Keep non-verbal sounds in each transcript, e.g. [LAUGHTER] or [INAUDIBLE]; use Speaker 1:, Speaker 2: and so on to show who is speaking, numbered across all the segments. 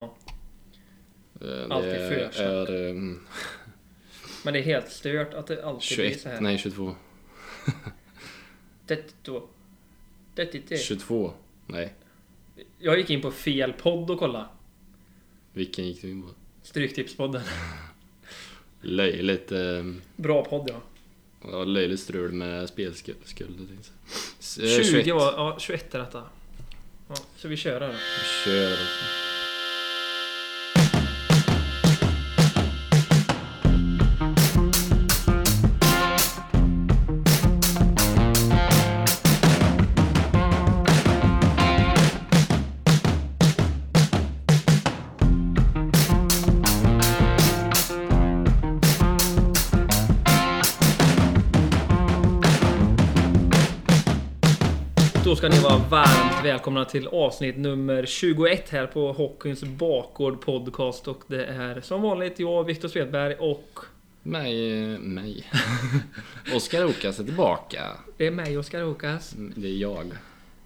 Speaker 1: eh,
Speaker 2: Men det är helt stört att det alltid blir
Speaker 1: 21,
Speaker 2: så här.
Speaker 1: nej 22.
Speaker 2: 32. 33.
Speaker 1: 22, nej.
Speaker 2: Jag gick in på fel podd och kolla.
Speaker 1: Vilken gick du in på?
Speaker 2: Stryktipspodden. [LAUGHS]
Speaker 1: Löjligt, ehm,
Speaker 2: Bra podd ja.
Speaker 1: ja, löjligt strul med spelskulder. tänkte jag säga. S- eh,
Speaker 2: 20 var, ja 21 är detta. Ja, så vi kör här då.
Speaker 1: Kör.
Speaker 2: Då ska ni vara varmt välkomna till avsnitt nummer 21 här på Hockeyns bakgård podcast och det är som vanligt jag, Viktor Svedberg och
Speaker 1: Mig, eh, mig. [LAUGHS] Oskar Okas är tillbaka.
Speaker 2: det är mig, Oskar Håkas.
Speaker 1: Mm, Det är jag.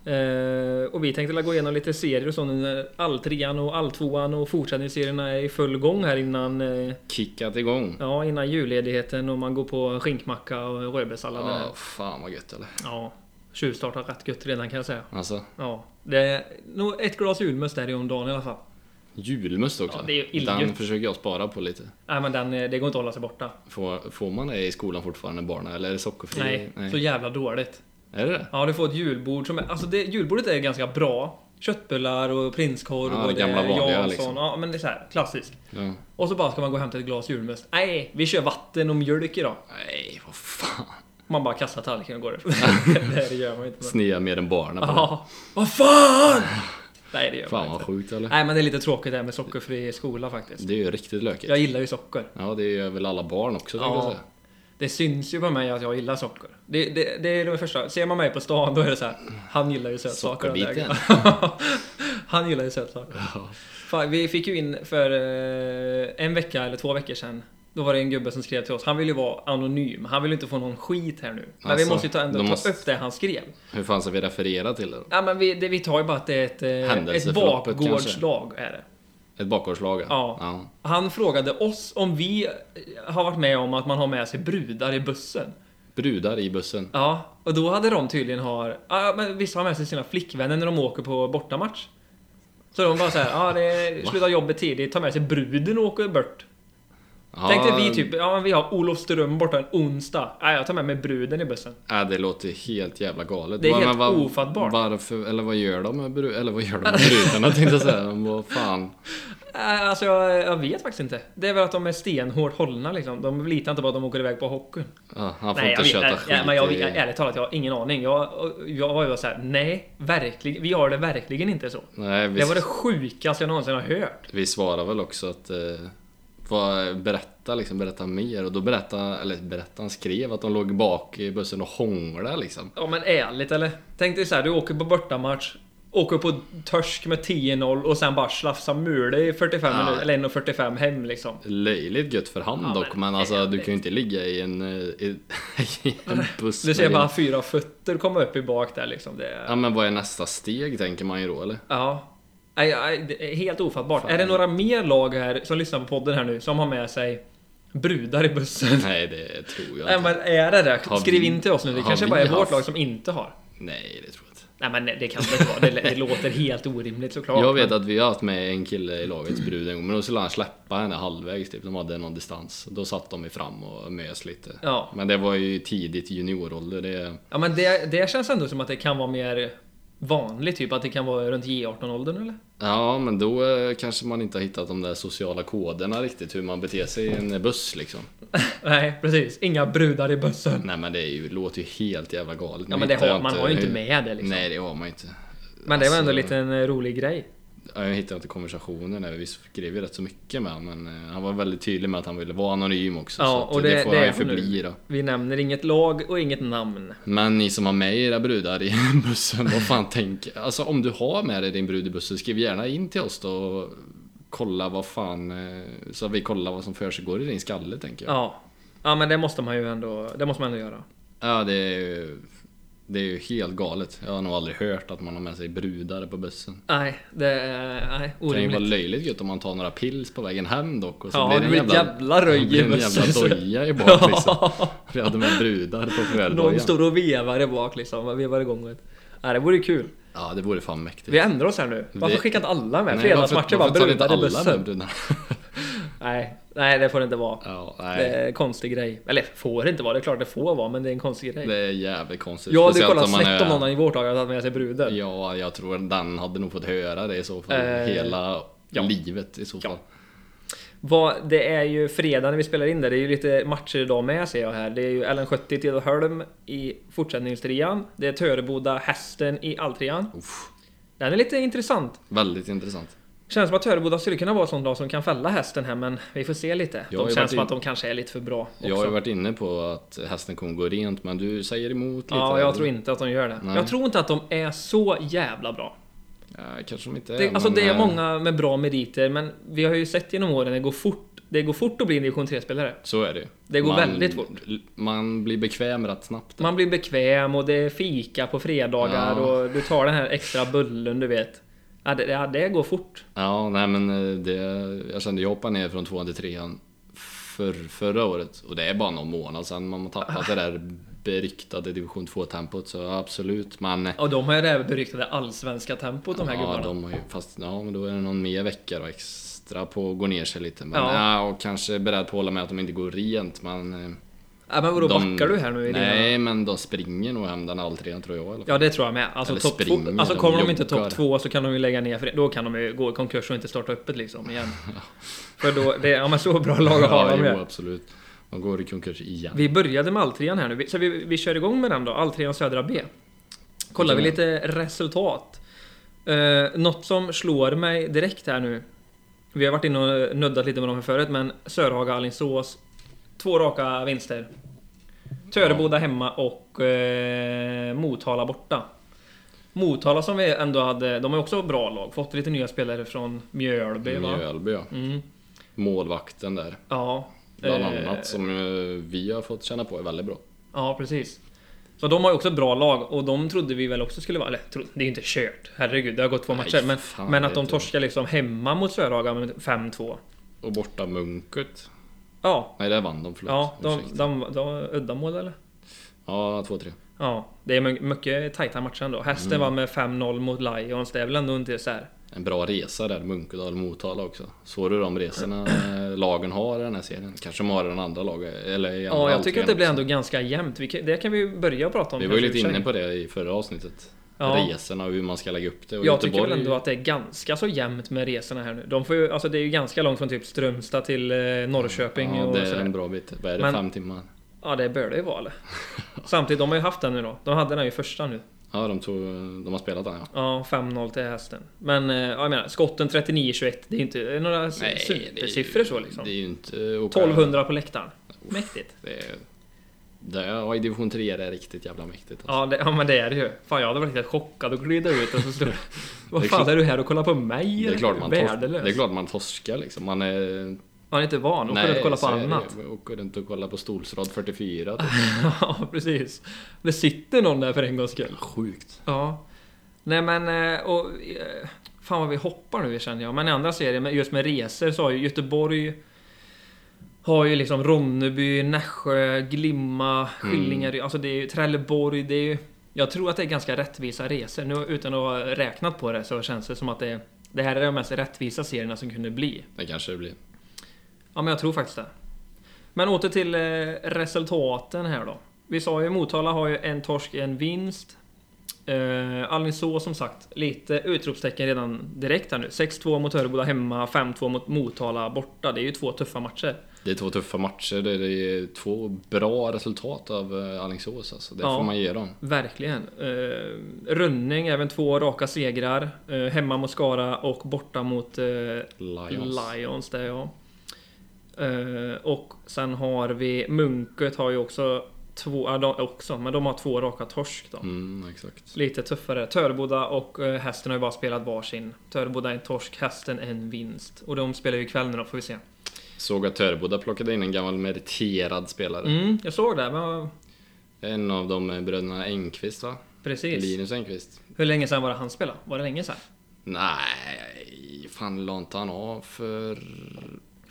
Speaker 2: Eh, och vi tänkte gå igenom lite serier och sånt under alltrean och alltvåan och fortsättningsserierna är i full gång här innan eh,
Speaker 1: Kickat igång.
Speaker 2: Ja, innan julledigheten och man går på skinkmacka och
Speaker 1: Ja,
Speaker 2: rödbetssallad. Ja.
Speaker 1: fan vad gött eller?
Speaker 2: ja. Tjuvstart har rätt gött redan kan jag säga.
Speaker 1: Alltså,
Speaker 2: Ja. Det är nog ett glas julmust där i om dagen i alla fall.
Speaker 1: julmust också.
Speaker 2: Ja, det är illgött.
Speaker 1: Den försöker jag spara på lite.
Speaker 2: Nej men den, eh, det går inte att hålla sig borta.
Speaker 1: Får, får man det i skolan fortfarande barnen eller är det sockerfri?
Speaker 2: Nej, så jävla dåligt.
Speaker 1: Är det det?
Speaker 2: Ja, du får ett julbord som är... Alltså det, julbordet är ganska bra. Köttbullar och prinskorv
Speaker 1: Ja, det
Speaker 2: och eh,
Speaker 1: gamla vanliga,
Speaker 2: Jansson.
Speaker 1: liksom.
Speaker 2: Ja, men det är så här klassiskt.
Speaker 1: Ja.
Speaker 2: Och så bara ska man gå och hämta ett glas julmust. Nej, vi kör vatten och mjölk idag.
Speaker 1: Nej, vad fan.
Speaker 2: Man bara kastar tallriken och går därifrån. [LAUGHS] det här gör man inte. [LAUGHS] men-
Speaker 1: Snea mer än barnen på det.
Speaker 2: Ja, vad fan! Nej det gör man
Speaker 1: Fan
Speaker 2: inte.
Speaker 1: vad sjukt eller?
Speaker 2: Nej men det är lite tråkigt det här med sockerfri skola faktiskt.
Speaker 1: Det är ju riktigt lökigt.
Speaker 2: Jag gillar ju socker.
Speaker 1: Ja, det gör väl alla barn också tänkte jag
Speaker 2: Ja.
Speaker 1: säga.
Speaker 2: Det syns ju på mig att jag gillar socker. Det, det, det är det första. Ser man mig på stan då är det så här. Han gillar ju sötsaker. den där
Speaker 1: Sockerbiten.
Speaker 2: killen." [LAUGHS] han gillar ju sötsaker.
Speaker 1: Ja.
Speaker 2: Fan, vi fick ju in för eh, en vecka eller två veckor sedan. Då var det en gubbe som skrev till oss. Han vill ju vara anonym. Han vill ju inte få någon skit här nu. Men vi
Speaker 1: Alltså,
Speaker 2: måste ju ta, ändå
Speaker 1: de
Speaker 2: ta
Speaker 1: måste-
Speaker 2: upp det han skrev.
Speaker 1: Hur fan ska vi referera till det då?
Speaker 2: Ja, men vi, det, vi tar ju bara att det är ett, eh, ett
Speaker 1: Händelseförloppet kanske.
Speaker 2: bakgårdslag. Är det.
Speaker 1: Ett bakgårdslag?
Speaker 2: Ja.
Speaker 1: ja.
Speaker 2: Han frågade oss om vi har varit med om att man har med sig brudar i bussen.
Speaker 1: Brudar i bussen.
Speaker 2: Ja, och då hade de tydligen har... Ja, men vissa har med sig sina flickvänner när de åker på bortamatch. Så de bara såhär, ja det är,
Speaker 1: Va?
Speaker 2: slutar jobbet tidigt, tar med sig bruden och åker bort.
Speaker 1: Ja,
Speaker 2: Tänkte vi typ, ja men vi har Olofström borta en onsdag. Ja, jag tar med mig bruden i bussen.
Speaker 1: Ja, det låter helt jävla galet.
Speaker 2: Det är
Speaker 1: Va-
Speaker 2: helt
Speaker 1: men vad-
Speaker 2: ofattbart.
Speaker 1: Varför, eller vad gör de med bru- eller vad gör de med brudarna tänkte jag säga. De bara, fan.
Speaker 2: Äh, alltså jag, jag vet faktiskt inte. Det är väl att de är stenhårt hållna liksom. De litar inte på att de åker iväg på hockeyn.
Speaker 1: Ja, han får
Speaker 2: Nej,
Speaker 1: inte
Speaker 2: jag
Speaker 1: köta
Speaker 2: vet,
Speaker 1: skit
Speaker 2: ja, men jag,
Speaker 1: i...
Speaker 2: jag, ärligt talat, jag har ingen aning. Jag, jag var ju bara såhär, nej, verkligen, vi har det verkligen inte så.
Speaker 1: Nej, vi,
Speaker 2: Det var det sjukaste jag någonsin har hört.
Speaker 1: vi svarar väl också att... Eh, vad, berätta liksom, berätta mer. Och då berätta, eller berätta, han skrev att de låg bak i bussen och hånglade liksom.
Speaker 2: Ja men ärligt eller? Tänk dig såhär, du åker på bortamatch, åker på törsk med 10-0 och sen bara slafsar mule i 45
Speaker 1: Ja.
Speaker 2: minuter, eller 1.45 hem liksom.
Speaker 1: Löjligt gött för hand
Speaker 2: Ja,
Speaker 1: dock,
Speaker 2: men-
Speaker 1: men alltså du kan ju inte ligga i en, eh, i, [LAUGHS] i en buss.
Speaker 2: Du ser
Speaker 1: med
Speaker 2: bara
Speaker 1: din-
Speaker 2: fyra fötter komma upp i bak där liksom. Det,
Speaker 1: Ja men vad är nästa steg tänker man ju då eller?
Speaker 2: Ja. Nej, nej, det är helt ofattbart. Är det några mer lag här som lyssnar på podden här nu som har med sig brudar i bussen?
Speaker 1: Nej det tror jag
Speaker 2: Nej
Speaker 1: inte.
Speaker 2: men är det det?
Speaker 1: Har
Speaker 2: Skriv
Speaker 1: vi-
Speaker 2: in till oss nu. Det
Speaker 1: har
Speaker 2: kanske
Speaker 1: vi
Speaker 2: bara är vårt
Speaker 1: haft-
Speaker 2: lag som inte har.
Speaker 1: Nej det tror jag inte.
Speaker 2: Nej men det kan det inte vara. Det, det låter helt orimligt såklart.
Speaker 1: Jag vet att vi har haft med en kille i lagets brud en gång, men då skulle han släppa henne halvvägs typ. De hade någon distans. Då satt de i fram och mös lite.
Speaker 2: Ja.
Speaker 1: Men det var ju tidigt juniorålder. Det...
Speaker 2: Ja men det, det känns ändå som att det kan vara mer vanligt. Typ att det kan vara runt J18-åldern
Speaker 1: [LAUGHS]
Speaker 2: eller?
Speaker 1: Ja, men då eh, kanske man inte har hittat de där sociala koderna riktigt, hur man beter sig i en buss liksom.
Speaker 2: Nej precis. Inga brudar i bussen.
Speaker 1: Nej men det är ju, låter ju helt jävla galet.
Speaker 2: Ja
Speaker 1: Nu
Speaker 2: men det
Speaker 1: hittar
Speaker 2: har,
Speaker 1: jag
Speaker 2: man har ju inte
Speaker 1: hur-
Speaker 2: med det liksom.
Speaker 1: Nej det har man ju inte.
Speaker 2: Men det var ändå
Speaker 1: Alltså-
Speaker 2: en liten eh, rolig grej.
Speaker 1: Ja, Jag hittade inte konversationen, vi skrev ju rätt så mycket med honom men eh, han var väldigt tydlig med att han ville vara anonym också.
Speaker 2: Ja,
Speaker 1: så att
Speaker 2: och
Speaker 1: det,
Speaker 2: det-
Speaker 1: får
Speaker 2: det
Speaker 1: han
Speaker 2: är
Speaker 1: ju
Speaker 2: han nu.
Speaker 1: förbli då.
Speaker 2: Vi nämner inget lag och inget namn.
Speaker 1: Men ni som har med era brudar i [LAUGHS] bussen, vad fan tänk? Alltså om du har med dig din brud i bussen, skriv gärna in till oss då och kolla vad fan, eh, så att vi kollar vad som försiggår i din skalle tänker jag.
Speaker 2: Ja. Ja men det måste man ju ändå, det måste man ändå göra.
Speaker 1: Ja, det är ju Det är ju helt galet. Jag har nog aldrig hört att man har med sig brudar på bussen.
Speaker 2: Nej, det är nej,
Speaker 1: Det kan ju
Speaker 2: orimligt.
Speaker 1: vara löjligt gött om man tar några pills på vägen hem dock och så
Speaker 2: Ja,
Speaker 1: blir
Speaker 2: det
Speaker 1: det en
Speaker 2: blir ett
Speaker 1: jävla,
Speaker 2: jävla röj
Speaker 1: det blir
Speaker 2: i
Speaker 1: en
Speaker 2: bussen, så-
Speaker 1: jävla doja i bak liksom.
Speaker 2: [LAUGHS] Ja,
Speaker 1: Vi hade med brudar på
Speaker 2: någon
Speaker 1: föräldradojan.
Speaker 2: står och vevar i bak liksom, och vevar igång ett. Nej, det vore kul.
Speaker 1: Ja, det vore fan mäktigt.
Speaker 2: Vi ändrar oss här nu. Varför
Speaker 1: Vi-
Speaker 2: skickar inte alla med?
Speaker 1: Nej,
Speaker 2: Fredagsmatcher bara
Speaker 1: varför tar inte
Speaker 2: brudar i
Speaker 1: alla med
Speaker 2: bussen.
Speaker 1: brudarna?
Speaker 2: Nej, nej, det får det inte vara.
Speaker 1: [LAUGHS] Ja,
Speaker 2: Det
Speaker 1: nej.
Speaker 2: är en konstig grej. Eller får det inte vara, det är klart det får vara men det är en konstig grej.
Speaker 1: Det är jävligt konstigt.
Speaker 2: jag hade ju
Speaker 1: Speciellt
Speaker 2: kollat
Speaker 1: om man
Speaker 2: snett om
Speaker 1: är-
Speaker 2: någon i vårt lag hade haft med sig brudar.
Speaker 1: Ja, jag tror att den hade nog fått höra det i så fall.
Speaker 2: Eh,
Speaker 1: Hela
Speaker 2: ja.
Speaker 1: livet i så fall.
Speaker 2: Vad, det är ju fredag när vi spelar in det, det är ju lite matcher idag med ser jag här. Det är ju LN70 till Hölm i fortsättningstrean. Det är Töreboda Hästen i alltrean.
Speaker 1: Uff,
Speaker 2: Den är lite intressant.
Speaker 1: väldigt intressant.
Speaker 2: Känns som att Töreboda skulle kunna vara ett sånt lag som kan fälla hästen här men vi får se lite.
Speaker 1: Jag har
Speaker 2: De
Speaker 1: ju
Speaker 2: känns
Speaker 1: varit
Speaker 2: som
Speaker 1: in-
Speaker 2: att de kanske är lite för bra också.
Speaker 1: Jag har ju varit inne på att hästen kommer gå rent, men du säger emot lite.
Speaker 2: ja,
Speaker 1: eller?
Speaker 2: jag tror inte att de gör det.
Speaker 1: Nej.
Speaker 2: Jag tror inte att de är så jävla bra.
Speaker 1: Ja, kanske de inte är.
Speaker 2: Det, alltså
Speaker 1: men,
Speaker 2: det är
Speaker 1: eh,
Speaker 2: många med bra meriter, men vi har ju sett genom åren det går fort. Det går fort att bli en division 3-spelare.
Speaker 1: Så är det ju.
Speaker 2: Det går väldigt fort.
Speaker 1: Man blir bekväm rätt snabbt.
Speaker 2: Man blir bekväm och det är fika på fredagar
Speaker 1: Ja.
Speaker 2: och du tar den här extra bullen du vet. Ja, det, ja, det går fort.
Speaker 1: Ja, nej men eh, det, jag kände jag hoppade ner från tvåan till trean för, förra året och det är bara någon månad sedan man har tappat det där beryktade division 2 tempot så absolut man
Speaker 2: Och de har ju det här beryktade allsvenska tempot de här
Speaker 1: Ja,
Speaker 2: gubbarna.
Speaker 1: de har ju, fast ja, men då är det någon mer vecka då extra på att gå ner sig lite. Men
Speaker 2: Ja.
Speaker 1: ja. och kanske beredd på att hålla med att de inte går rent men... eh,
Speaker 2: Ja, men vadå,
Speaker 1: de,
Speaker 2: backar du här nu i
Speaker 1: Nej,
Speaker 2: dina...
Speaker 1: men de springer nog hem den alltrean tror jag. Eller?
Speaker 2: Ja det tror jag med. Alltså,
Speaker 1: Eller
Speaker 2: topp två,
Speaker 1: springer,
Speaker 2: alltså
Speaker 1: de
Speaker 2: kommer de inte
Speaker 1: joggar.
Speaker 2: topp två så kan de ju lägga ner för det. Då kan de ju gå i konkurs och inte starta öppet
Speaker 1: [LAUGHS]
Speaker 2: liksom igen. för då, det, ja men så bra lag har de
Speaker 1: jo,
Speaker 2: ju.
Speaker 1: absolut. De går i konkurs igen.
Speaker 2: Vi började med alltrean här nu, Vi- så vi, vi kör igång med den då, alltrean södra B. Kollar vi lite resultat. Uh, något som slår mig direkt här nu. Vi har varit inne och nuddat lite med dem här förut, men Sörhaga, Alingsås. Två raka vinster. Töreboda hemma och eh, Motala borta. Motala som vi ändå hade, de har ju också bra lag. Fått lite nya spelare från Mjölby va?
Speaker 1: Mjölby ja.
Speaker 2: Mm,
Speaker 1: Målvakten där.
Speaker 2: ja.
Speaker 1: Bland
Speaker 2: Eh,
Speaker 1: annat som eh, vi har fått känna på är väldigt bra.
Speaker 2: Ja, precis. Så de har ju också ett bra lag och de trodde vi väl också skulle vara... Eller, tro- det är ju inte kört. Herregud, det har gått två
Speaker 1: Nej,
Speaker 2: matcher. Men,
Speaker 1: fan,
Speaker 2: men
Speaker 1: det
Speaker 2: att de
Speaker 1: är
Speaker 2: torskar liksom hemma mot Sörhaga med 5-2.
Speaker 1: Och borta Munket.
Speaker 2: Ja,
Speaker 1: Nej, där vann de. Förlåt.
Speaker 2: ja de,
Speaker 1: Ursäkta.
Speaker 2: de, de, uddamål eller?
Speaker 1: Ja, 2-3.
Speaker 2: Ja, det är my- mycket tajta matcher ändå. Hästen
Speaker 1: Mm.
Speaker 2: vann med 5-0 mot Lions. Det är väl ändå inte så här.
Speaker 1: En bra resa där, Munkedal Motala också. Såg du de
Speaker 2: [CLEARS THROAT]
Speaker 1: resorna eh, lagen har i den här serien? Kanske de har i den andra lagen, eller i andra
Speaker 2: Ja, jag tycker att det
Speaker 1: allsvenskan
Speaker 2: blir
Speaker 1: också.
Speaker 2: ändå ganska jämnt. Vi kan, det kan vi börja prata om.
Speaker 1: Vi var ju
Speaker 2: kanske i
Speaker 1: lite
Speaker 2: och för
Speaker 1: inne
Speaker 2: sig.
Speaker 1: på det i förra avsnittet.
Speaker 2: Ja.
Speaker 1: Resorna och hur man ska lägga upp det. Och
Speaker 2: Jag
Speaker 1: Göteborg,
Speaker 2: tycker väl ändå att det är ganska så jämnt med resorna här nu. De får ju, alltså det är ju ganska långt från typ Strömstad till eh, Norrköping
Speaker 1: Ja,
Speaker 2: och
Speaker 1: det är
Speaker 2: sådär.
Speaker 1: en bra bit. Vad är det?
Speaker 2: Men-
Speaker 1: Fem timmar?
Speaker 2: Ja, det bör det ju
Speaker 1: [LAUGHS]
Speaker 2: vara eller? Samtidigt, de har ju haft den nu då. De hade den ju första nu.
Speaker 1: Ja, de, tog, de har spelat den ja.
Speaker 2: Ja, 5-0 till hästen. Men eh, ja, jag menar, skotten 39-21. Det är ju inte det är några
Speaker 1: Nej, det är ju-
Speaker 2: supersiffror så liksom.
Speaker 1: Det är ju inte... åka-
Speaker 2: 1200 på läktaren. Mäktigt.
Speaker 1: Det är, det är, ja, i division 3 är det riktigt jävla mäktigt. Alltså.
Speaker 2: Ja, det, ja, men det är det ju. Fan, jag hade varit helt chockad och glida ut och
Speaker 1: [LAUGHS]
Speaker 2: så står Vad
Speaker 1: Det är
Speaker 2: fan
Speaker 1: klart-
Speaker 2: är du här och kollar på mig?
Speaker 1: Det är, klart man tors,
Speaker 2: Värdelös.
Speaker 1: det är klart man torskar liksom. Man är...
Speaker 2: Man är inte van. Och kollar kolla på
Speaker 1: så är det
Speaker 2: annat. Ah.
Speaker 1: ju. Och går runt och kollar på stolsrad 44. Typ.
Speaker 2: [LAUGHS] Ja, precis. Det sitter någon där för en gångs skull.
Speaker 1: Sjukt.
Speaker 2: Ja. Nej men, eh, och... eh, Fan vad vi hoppar nu känner jag. Men i andra serier, men just med resor så har ju Göteborg... Har ju liksom Ronneby, Nässjö, Glimma, Skillingaryd. Alltså det är ju Trelleborg, det är ju... Jag tror att det är ganska rättvisa resor. Nu utan att ha räknat på det så känns det som att det... Det här är de mest rättvisa serierna som kunde bli.
Speaker 1: Det kanske det blir.
Speaker 2: Ja, men jag tror faktiskt det. Men åter till eh, resultaten här då. Vi sa ju Motala har ju en torsk, en vinst. Eh, Alingsås som sagt, lite utropstecken redan direkt här nu. 6-2 mot Töreboda hemma, 5-2 mot Motala borta. Det är ju två tuffa matcher.
Speaker 1: Det är två tuffa matcher. Det är- det är två bra resultat av eh, Alingsås alltså. Det
Speaker 2: Ja.
Speaker 1: får man ge dem.
Speaker 2: Verkligen. Eh, Rönning, även två raka segrar. Eh, hemma mot Skara och borta mot eh,
Speaker 1: Lions.
Speaker 2: Lions. där ja. Eh, och sen har vi Munket har ju också två, ja, de, också, men de har två raka torsk då.
Speaker 1: Mm, exakt.
Speaker 2: Lite tuffare. Töreboda och eh, Hästen har ju bara spelat varsin. Töreboda en torsk, Hästen en vinst. Och de spelar ju ikväll nu då, får vi se.
Speaker 1: Såg att Töreboda plockade in en gammal meriterad spelare.
Speaker 2: Mm, jag såg det. Men,
Speaker 1: En av de eh, bröderna Engqvist va?
Speaker 2: Precis.
Speaker 1: Linus Engqvist.
Speaker 2: Hur länge sedan var det han spelade? Var det länge sedan?
Speaker 1: Nej, fan la inte han av för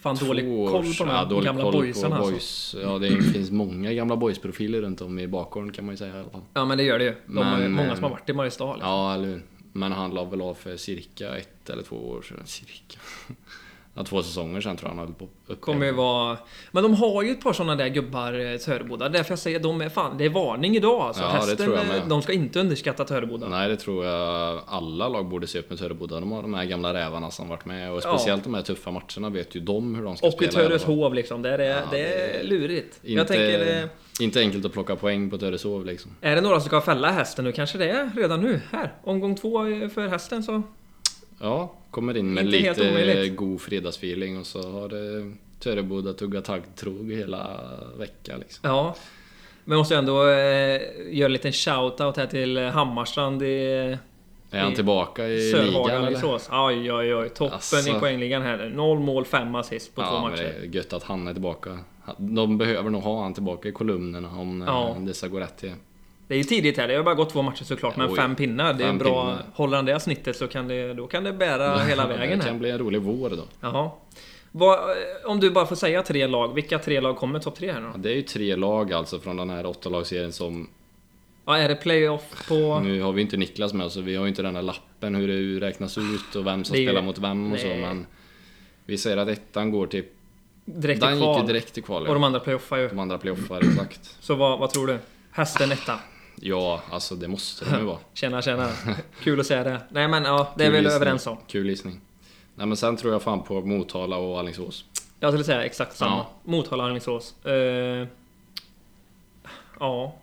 Speaker 2: Fan
Speaker 1: Två
Speaker 2: dålig
Speaker 1: års-
Speaker 2: koll på de
Speaker 1: ja,
Speaker 2: här
Speaker 1: dålig
Speaker 2: gamla
Speaker 1: koll på
Speaker 2: boysen alltså.
Speaker 1: boys. Ja, det finns många gamla boys-profiler runt om i bakgården kan man ju säga i alla fall.
Speaker 2: Ja men det gör det ju. De har ju
Speaker 1: Men,
Speaker 2: många
Speaker 1: eh,
Speaker 2: som har varit i Mariestad. liksom.
Speaker 1: Ja, eller hur? Men han la väl av för cirka ett eller två år sedan. Cirka? [LAUGHS] Ja, två säsonger sedan tror jag han höll på. Uppe.
Speaker 2: Kommer ju vara... Men de har ju ett par sådana där gubbar eh, Töreboda. Därför jag säger de är fan, det är varning idag alltså.
Speaker 1: Ja, det
Speaker 2: Hästen,
Speaker 1: tror jag med. Mm.
Speaker 2: eh, de ska inte underskatta Töreboda.
Speaker 1: Nej, det tror jag alla lag borde se upp med Töreboda. De har de här gamla rävarna som varit med och speciellt de här tuffa matcherna vet ju de hur de ska
Speaker 2: Och i
Speaker 1: spela. alla fall.
Speaker 2: Töreshov liksom, där är,
Speaker 1: Ja,
Speaker 2: det är lurigt.
Speaker 1: Inte,
Speaker 2: Jag tänker... eh,
Speaker 1: inte enkelt att plocka poäng på Töreshov liksom.
Speaker 2: Är det några som ska fälla hästen nu kanske det är redan nu. Här, omgång två eh, för hästen så...
Speaker 1: Ja, kommer in med
Speaker 2: Inte helt
Speaker 1: lite
Speaker 2: omöjligt.
Speaker 1: god fredagsfeeling och så har det Töreboda tuggat taggtråg hela veckan liksom.
Speaker 2: Ja. Men jag måste ändå eh, göra en liten shout-out här till Hammarstrand i
Speaker 1: Är han
Speaker 2: I
Speaker 1: tillbaka i ligan
Speaker 2: Sörhagen i
Speaker 1: eller?
Speaker 2: Sås. Oj, oj, oj. Toppen
Speaker 1: Asså.
Speaker 2: i poängligan här. Noll mål, fem assist på två
Speaker 1: Ja, men det
Speaker 2: matcher.
Speaker 1: är gött att han är tillbaka. De behöver nog ha han tillbaka i kolumnerna om
Speaker 2: Ja.
Speaker 1: ja. dessa går rätt till.
Speaker 2: Det är ju tidigt här, det har bara gått två matcher såklart, men
Speaker 1: Oj.
Speaker 2: fem pinnar. Det är
Speaker 1: Fem
Speaker 2: bra.
Speaker 1: pinnar.
Speaker 2: Håller han det här snittet så kan det, då kan
Speaker 1: [LAUGHS]
Speaker 2: det bära hela vägen
Speaker 1: Det kan
Speaker 2: här.
Speaker 1: bli en rolig vår då.
Speaker 2: Jaha. Vad, eh, om du bara får säga tre lag, vilka tre lag kommer topp tre här nu
Speaker 1: Ja,
Speaker 2: då?
Speaker 1: det är ju tre lag alltså från den här åttalagsserien som...
Speaker 2: Ja, är det playoff på...
Speaker 1: Nu har vi inte Niklas med oss så vi har ju inte den här lappen hur det räknas ut och vem som
Speaker 2: Det är ju-
Speaker 1: spelar mot vem och så
Speaker 2: Nej.
Speaker 1: men... Vi säger att ettan går till...
Speaker 2: Direkt
Speaker 1: den
Speaker 2: i
Speaker 1: gick
Speaker 2: kval?
Speaker 1: ju direkt till kval.
Speaker 2: Och
Speaker 1: ja.
Speaker 2: de andra playoffar ju.
Speaker 1: De andra playoffar, exakt.
Speaker 2: Så vad, vad tror du? Hästen etta.
Speaker 1: Ja, alltså det måste de ju vara. [LAUGHS]
Speaker 2: Tjena, tjena. Kul att säga det. Nej men ja, [LAUGHS] det är
Speaker 1: Kul
Speaker 2: väl
Speaker 1: gissning.
Speaker 2: överens om.
Speaker 1: Kul gissning. Nej men sen tror jag fan på Motala och Alingsås.
Speaker 2: Jag skulle säga exakt samma.
Speaker 1: Ja.
Speaker 2: Motala Alingsås. Eh, ja.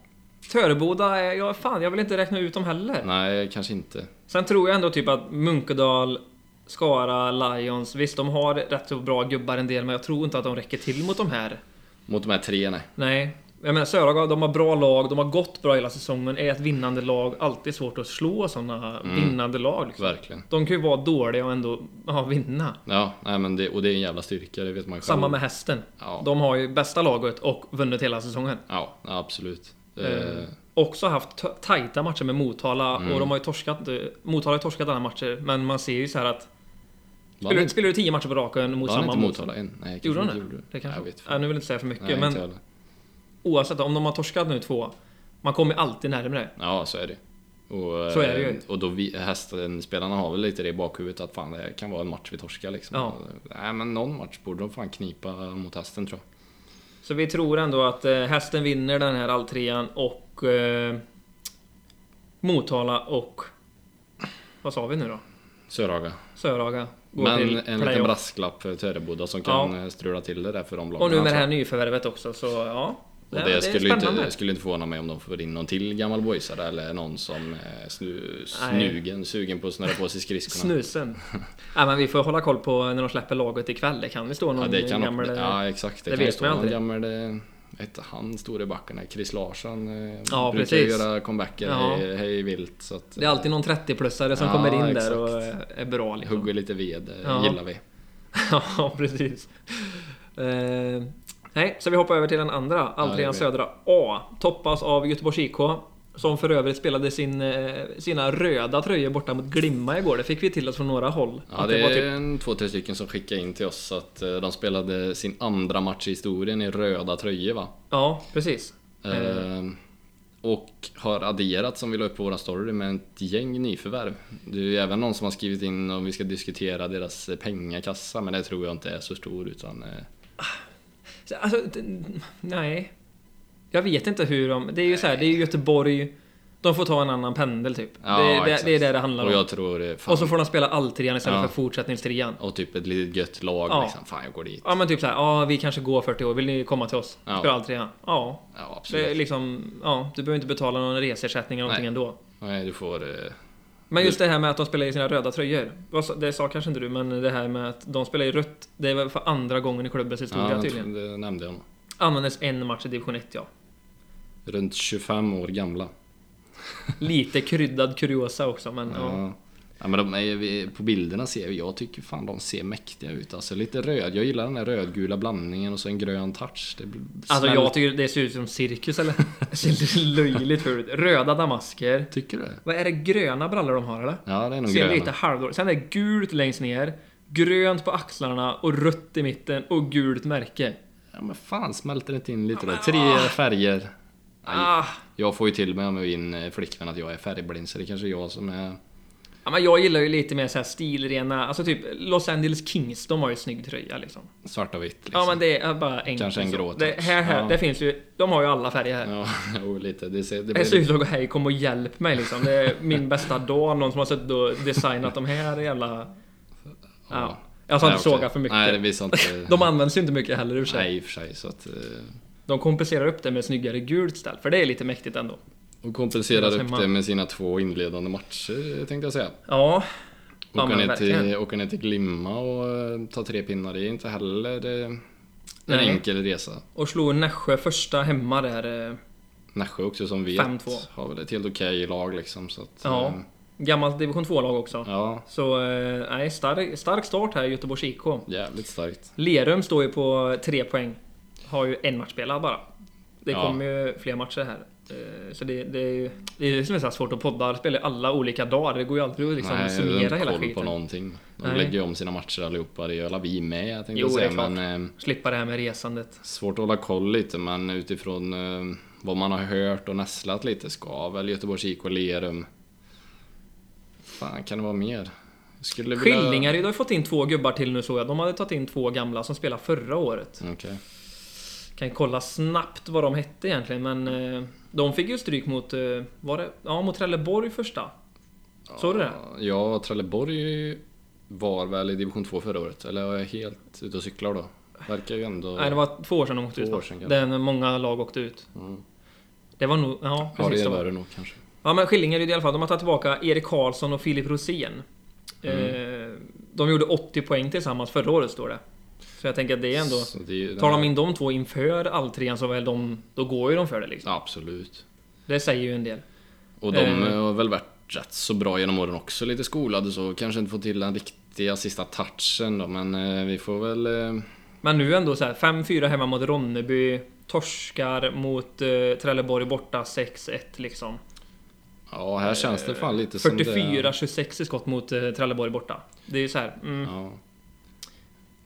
Speaker 2: Töreboda, är- ja fan jag vill inte räkna ut dem heller.
Speaker 1: Nej, kanske inte.
Speaker 2: Sen tror jag ändå typ att Munkedal, Skara, Lions, visst de har rätt så bra gubbar en del men jag tror inte att de räcker till mot de här.
Speaker 1: Mot de här tre, nej.
Speaker 2: Nej. Jag menar Sörhaga, de har bra lag, de har gått bra hela säsongen, är ett vinnande lag, alltid svårt att slå sådana
Speaker 1: Mm.
Speaker 2: vinnande lag. Liksom.
Speaker 1: Verkligen.
Speaker 2: De kan ju vara dåliga och ändå ja, vinna.
Speaker 1: Ja, nej, men det, och det är en jävla styrka, det vet man ju själv.
Speaker 2: Samma med hästen.
Speaker 1: Ja.
Speaker 2: De har ju bästa laget och vunnit hela säsongen.
Speaker 1: Ja, ja, absolut.
Speaker 2: Eh,
Speaker 1: Eh,
Speaker 2: också haft t- tajta matcher med Motala och
Speaker 1: Mm.
Speaker 2: de har ju torskat. eh, Motala har ju torskat alla matcher, men man ser ju så här att...
Speaker 1: vann
Speaker 2: Spelar,
Speaker 1: inte,
Speaker 2: spelar du tio matcher på raken mot
Speaker 1: vann
Speaker 2: samma
Speaker 1: inte
Speaker 2: motståndare?
Speaker 1: Motala än? Nej,
Speaker 2: Gjorde de
Speaker 1: kanske
Speaker 2: det?
Speaker 1: inte
Speaker 2: Det kanske...
Speaker 1: Jag vet fan.
Speaker 2: ja, nu vill jag inte säga för mycket,
Speaker 1: Nej,
Speaker 2: men
Speaker 1: inte heller.
Speaker 2: oavsett om de har torskat nu två. Man kommer ju alltid närmare.
Speaker 1: Ja, så är det. Och, eh,
Speaker 2: Så är det ju.
Speaker 1: och då vi, hästen, spelarna har väl lite det i bakhuvudet att fan det kan vara en match vi torskar liksom.
Speaker 2: Ja.
Speaker 1: Nej men någon match borde de fan knipa mot hästen tror jag.
Speaker 2: Så vi tror ändå att eh, hästen vinner den här alltrean och... Eh, Motala och... Vad sa vi nu då?
Speaker 1: Sörhaga.
Speaker 2: Sörhaga går
Speaker 1: Men
Speaker 2: till
Speaker 1: en liten
Speaker 2: playoff.
Speaker 1: brasklapp för Töreboda som kan eh, strula till det där för de lagen.
Speaker 2: Och nu med det
Speaker 1: alltså.
Speaker 2: här nyförvärvet också, så ja.
Speaker 1: och
Speaker 2: Nej,
Speaker 1: det,
Speaker 2: är
Speaker 1: skulle, ju inte,
Speaker 2: spännande.
Speaker 1: det skulle inte förvåna mig om de får in någon till gammal boysare eller någon som är snu,
Speaker 2: Nej.
Speaker 1: snugen, sugen på att snurra på sig skridskorna. [LAUGHS]
Speaker 2: Snusen. Nej men vi får hålla koll på när de släpper laget ikväll. Det kan ju stå någon
Speaker 1: Ja, det kan
Speaker 2: gammal...
Speaker 1: gammal, ja exakt, det,
Speaker 2: det
Speaker 1: kan ju
Speaker 2: vet
Speaker 1: stå
Speaker 2: man
Speaker 1: någon
Speaker 2: aldrig.
Speaker 1: gammal... eh, Vad hette han store backen? där? Chris Larsson eh, brukar
Speaker 2: Ja, precis.
Speaker 1: göra comebacker
Speaker 2: Ja.
Speaker 1: hej, hej vilt. Så att,
Speaker 2: Det är alltid någon 30-plussare som
Speaker 1: Ja,
Speaker 2: kommer in
Speaker 1: exakt.
Speaker 2: där och är bra
Speaker 1: eh,
Speaker 2: liksom.
Speaker 1: Hugger lite ved, eh,
Speaker 2: Ja.
Speaker 1: gillar vi.
Speaker 2: [LAUGHS] ja, precis. Eh, nej, så vi hoppar över till den andra.
Speaker 1: det gör
Speaker 2: Alltrean
Speaker 1: vi.
Speaker 2: Södra A. Toppas av Göteborgs IK. Som för övrigt spelade sin, eh, sina röda tröjor borta mot Glimma igår. Det fick vi till oss från några håll.
Speaker 1: Ja,
Speaker 2: Att
Speaker 1: det
Speaker 2: var
Speaker 1: är
Speaker 2: typ-
Speaker 1: en, två, tre stycken som skickade in till oss så att eh, de spelade sin andra match i historien i röda tröjor va?
Speaker 2: ja precis. Mm.
Speaker 1: Ehm, och har adderat som vi la upp på våra story med ett gäng nyförvärv. Det är ju även någon som har skrivit in om vi ska diskutera deras eh, pengakassa men det tror jag inte är så stor utan eh,
Speaker 2: Så, Alltså, d- nej. Jag vet inte hur de... Det är ju så här, det är ju Göteborg. De får ta en annan pendel typ.
Speaker 1: Ja,
Speaker 2: det, det,
Speaker 1: exakt.
Speaker 2: det är det det handlar
Speaker 1: och
Speaker 2: om.
Speaker 1: jag tror eh, fan,
Speaker 2: Och så får de spela alltrean istället
Speaker 1: Ja.
Speaker 2: för fortsättningstrean.
Speaker 1: Och typ ett litet gött lag
Speaker 2: Ja.
Speaker 1: liksom. Fan jag går dit.
Speaker 2: Ja men typ så här, ja vi kanske går 40 år, vill ni komma till oss?
Speaker 1: Ja.
Speaker 2: Spela alltrean? Ja.
Speaker 1: Ja absolut.
Speaker 2: Det är liksom, ja, du behöver inte betala någon reseersättning eller någonting
Speaker 1: Nej.
Speaker 2: ändå.
Speaker 1: Nej du får... eh,
Speaker 2: Men just det här med att de spelar i sina röda tröjor. Vad sa- Det sa kanske inte du, men det här med att de spelar i rött. Det är väl för andra gången i klubbens historia
Speaker 1: Ja,
Speaker 2: tydligen.
Speaker 1: det nämnde jag nog.
Speaker 2: Användes en match i division 1 ja.
Speaker 1: Runt 25 år gamla.
Speaker 2: Lite kryddad kuriosa också men ja.
Speaker 1: Ja. Ja, men de är, vi- på bilderna ser vi, jag tycker fan de ser mäktiga ut. Alltså lite röd, jag gillar den här rödgula blandningen och så en grön touch. Det blir
Speaker 2: Alltså
Speaker 1: smält.
Speaker 2: jag tycker det ser ut som
Speaker 1: [LAUGHS]
Speaker 2: cirkus eller? Det ser löjligt fult ut. Röda damasker.
Speaker 1: Tycker du det?
Speaker 2: Vad är det gröna brallor de har eller?
Speaker 1: Ja, det är nog
Speaker 2: Ser
Speaker 1: gröna.
Speaker 2: lite halvdåligt. Sen är det gult längst ner. Grönt på axlarna och rött i mitten och gult märke.
Speaker 1: Ja, men fan smälter det inte in lite då? Tre färger. Nej.
Speaker 2: Ah,
Speaker 1: Jag får ju till mig med min eh, flickvän att jag är färgblind, så det kanske är jag som är...
Speaker 2: ja, men jag gillar ju lite mer så här stilrena, alltså typ Los Angeles Kings, de har ju snygg tröja liksom.
Speaker 1: Svart och vitt liksom.
Speaker 2: Ja men det är bara enkelt.
Speaker 1: Kanske en
Speaker 2: så.
Speaker 1: grå
Speaker 2: det,
Speaker 1: touch.
Speaker 2: här, här,
Speaker 1: Ja.
Speaker 2: det finns ju, de har ju alla färger här.
Speaker 1: Ja, [LAUGHS] jo, lite. Det, ser, det
Speaker 2: Jag
Speaker 1: blir
Speaker 2: ser
Speaker 1: lite...
Speaker 2: ut att gå hej kom och hjälp mig liksom. Det är min bästa dag, någon som har suttit och designat de här jävla... Ja. Alltså, Jag ska
Speaker 1: Nej,
Speaker 2: inte
Speaker 1: okej.
Speaker 2: såga för mycket.
Speaker 1: Nej, det visar
Speaker 2: [LAUGHS]
Speaker 1: inte...
Speaker 2: De används ju inte mycket heller i och för sig.
Speaker 1: Nej, i och för sig. Så att, eh,
Speaker 2: De kompenserar upp det med snyggare gult ställ, för det är lite mäktigt ändå.
Speaker 1: och kompenserar
Speaker 2: Deras
Speaker 1: upp
Speaker 2: hemma.
Speaker 1: det med sina två inledande matcher, eh, tänkte jag säga.
Speaker 2: Ja, Ja,
Speaker 1: Åka
Speaker 2: men
Speaker 1: ner, till,
Speaker 2: verkligen.
Speaker 1: åka ner till Glimma och eh, ta tre pinnar, det är inte heller eh, en
Speaker 2: Nej.
Speaker 1: enkel resa.
Speaker 2: och slog Nässjö första hemma där. eh,
Speaker 1: Nässjö också som vet
Speaker 2: 5-2.
Speaker 1: har väl ett helt okej lag liksom. Så att,
Speaker 2: Ja.
Speaker 1: eh,
Speaker 2: Gammalt division 2-lag också.
Speaker 1: ja,
Speaker 2: Så eh, nej, stark, stark start här i Göteborgs IK.
Speaker 1: jävligt starkt.
Speaker 2: Lerum står ju på tre poäng. Har ju en match spelad bara. Det
Speaker 1: Ja.
Speaker 2: kommer ju fler matcher här. Eh, Så det, det är ju det är ju som är så här svårt att podda. Det spelar ju alla olika dagar. Det går ju aldrig att liksom
Speaker 1: Nej, jag har
Speaker 2: summera
Speaker 1: inte
Speaker 2: hela
Speaker 1: koll på
Speaker 2: skiten.
Speaker 1: någonting. De
Speaker 2: Nej.
Speaker 1: lägger ju om sina matcher allihopa, det gör alla vi med jag tänkte
Speaker 2: Jo,
Speaker 1: jo,
Speaker 2: det är
Speaker 1: säga.
Speaker 2: klart.
Speaker 1: Men, eh,
Speaker 2: Slippa det här med resandet.
Speaker 1: svårt att hålla koll lite, men utifrån eh, vad man har hört och nästlat lite ska väl Göteborgs IK Lerum... Fan, kan det vara mer? Jag Skulle vilja-
Speaker 2: Skillingaryd har ju fått in två gubbar till nu såg jag. De hade tagit in två gamla som spelade förra året.
Speaker 1: Okej.
Speaker 2: Kan ju kolla snabbt vad de hette egentligen men eh, de fick ju stryk mot, eh, var det, ja mot Trelleborg första. Såg du det?
Speaker 1: Ja, Trelleborg var väl i division 2 förra året, eller är jag helt ute och cyklar då? Verkar ju ändå...
Speaker 2: Nej det var två år sedan de åkte
Speaker 1: Två
Speaker 2: ut. va?
Speaker 1: år sedan, kanske.
Speaker 2: Den många lag åkte ut.
Speaker 1: Mm.
Speaker 2: Det var nog, ja
Speaker 1: ja,
Speaker 2: precis.
Speaker 1: det
Speaker 2: de-
Speaker 1: var det nog kanske.
Speaker 2: Ja men Skillingaryd i alla fall, de har tagit tillbaka Erik Karlsson och Filip Rosén.
Speaker 1: Mm.
Speaker 2: Eh, de gjorde 80 poäng tillsammans förra året står det. Så jag tänker att det är ändå...
Speaker 1: Så det är ju-
Speaker 2: Tar de in de två inför alltrean så väl de, då går ju de för det liksom.
Speaker 1: Ja, absolut.
Speaker 2: Det säger ju en del.
Speaker 1: Och de
Speaker 2: Eh.
Speaker 1: har väl varit rätt så bra genom åren också, lite skolade så. Kanske inte fått till den riktiga sista touchen då, men eh, vi får väl... eh,
Speaker 2: Men nu ändå så här, 5-4 hemma mot Ronneby. Torskar mot eh, Trelleborg borta 6-1 liksom.
Speaker 1: Ja, här känns det fan lite som det...
Speaker 2: 44-26 i skott mot eh, Trelleborg borta. Det är ju så här, mm,
Speaker 1: Ja.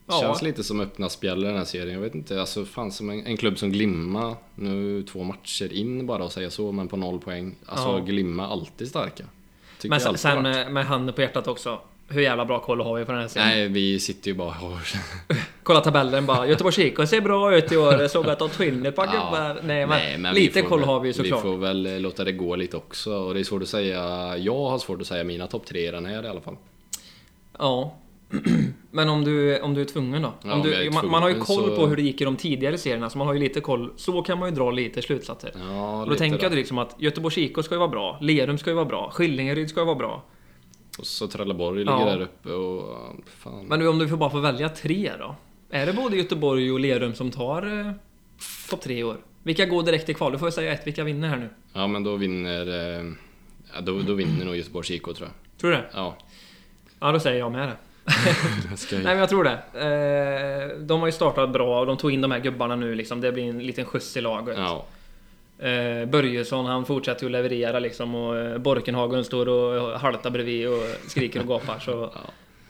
Speaker 2: Ja.
Speaker 1: Känns lite som öppna spjäll i den här serien. Jag vet inte, alltså fan som en, en klubb som Glimma, nu två matcher in bara och säga så, men på noll poäng. Alltså
Speaker 2: Ja.
Speaker 1: Glimma alltid starka. Tycker
Speaker 2: Men
Speaker 1: jag
Speaker 2: sen,
Speaker 1: alltid
Speaker 2: sen
Speaker 1: varit.
Speaker 2: eh, med handen på hjärtat också. Hur jävla bra koll har vi på den här serien?
Speaker 1: Nej, vi sitter ju bara och...
Speaker 2: Kolla tabellen bara. Göteborgs IK ser bra ut i år. Såg att de tog
Speaker 1: [LAUGHS]
Speaker 2: in ett par gubbar. Nej, men
Speaker 1: vi
Speaker 2: lite
Speaker 1: får
Speaker 2: koll
Speaker 1: väl-
Speaker 2: har vi ju såklart.
Speaker 1: Vi får väl eh, låta det gå lite också. Och det är svårt att säga... Jag har svårt att säga mina topp tre i den här i alla fall.
Speaker 2: Ja. [CLEARS THROAT] Men om du, om du är tvungen då?
Speaker 1: Ja,
Speaker 2: om
Speaker 1: om
Speaker 2: du,
Speaker 1: jag är
Speaker 2: man, man har ju
Speaker 1: tvungen
Speaker 2: koll
Speaker 1: så-
Speaker 2: på hur det gick i de tidigare serierna, så man har ju lite koll. Så kan man ju dra lite slutsatser.
Speaker 1: Ja,
Speaker 2: Och då
Speaker 1: lite
Speaker 2: tänker
Speaker 1: där.
Speaker 2: jag liksom att Göteborgs IK ska ju vara bra, Lerum ska ju vara bra, Skillingaryd ska ju vara bra.
Speaker 1: Och så Trelleborg
Speaker 2: Ja.
Speaker 1: ligger där uppe och... Fan.
Speaker 2: Men nu om du får bara får välja tre då? Är det både Göteborg och Lerum som tar eh, topp tre i år? Vilka går direkt till kval? Du får jag säga ett, vilka vinner här nu?
Speaker 1: Ja, men då vinner... eh, Ja, då, då vinner nog Göteborgs IK tror jag.
Speaker 2: Tror du det?
Speaker 1: Ja.
Speaker 2: Ja, då säger jag
Speaker 1: [LAUGHS]
Speaker 2: med det.
Speaker 1: Ska
Speaker 2: Nej men jag tror det. Eh, De har ju startat bra och de tog in de här gubbarna nu liksom. Det blir en liten skjuts i laget.
Speaker 1: Ja,
Speaker 2: Eh, Börjesson han fortsätter ju att leverera liksom och eh, Borkenhagen står och haltar bredvid och skriker och gapar så...
Speaker 1: [LAUGHS]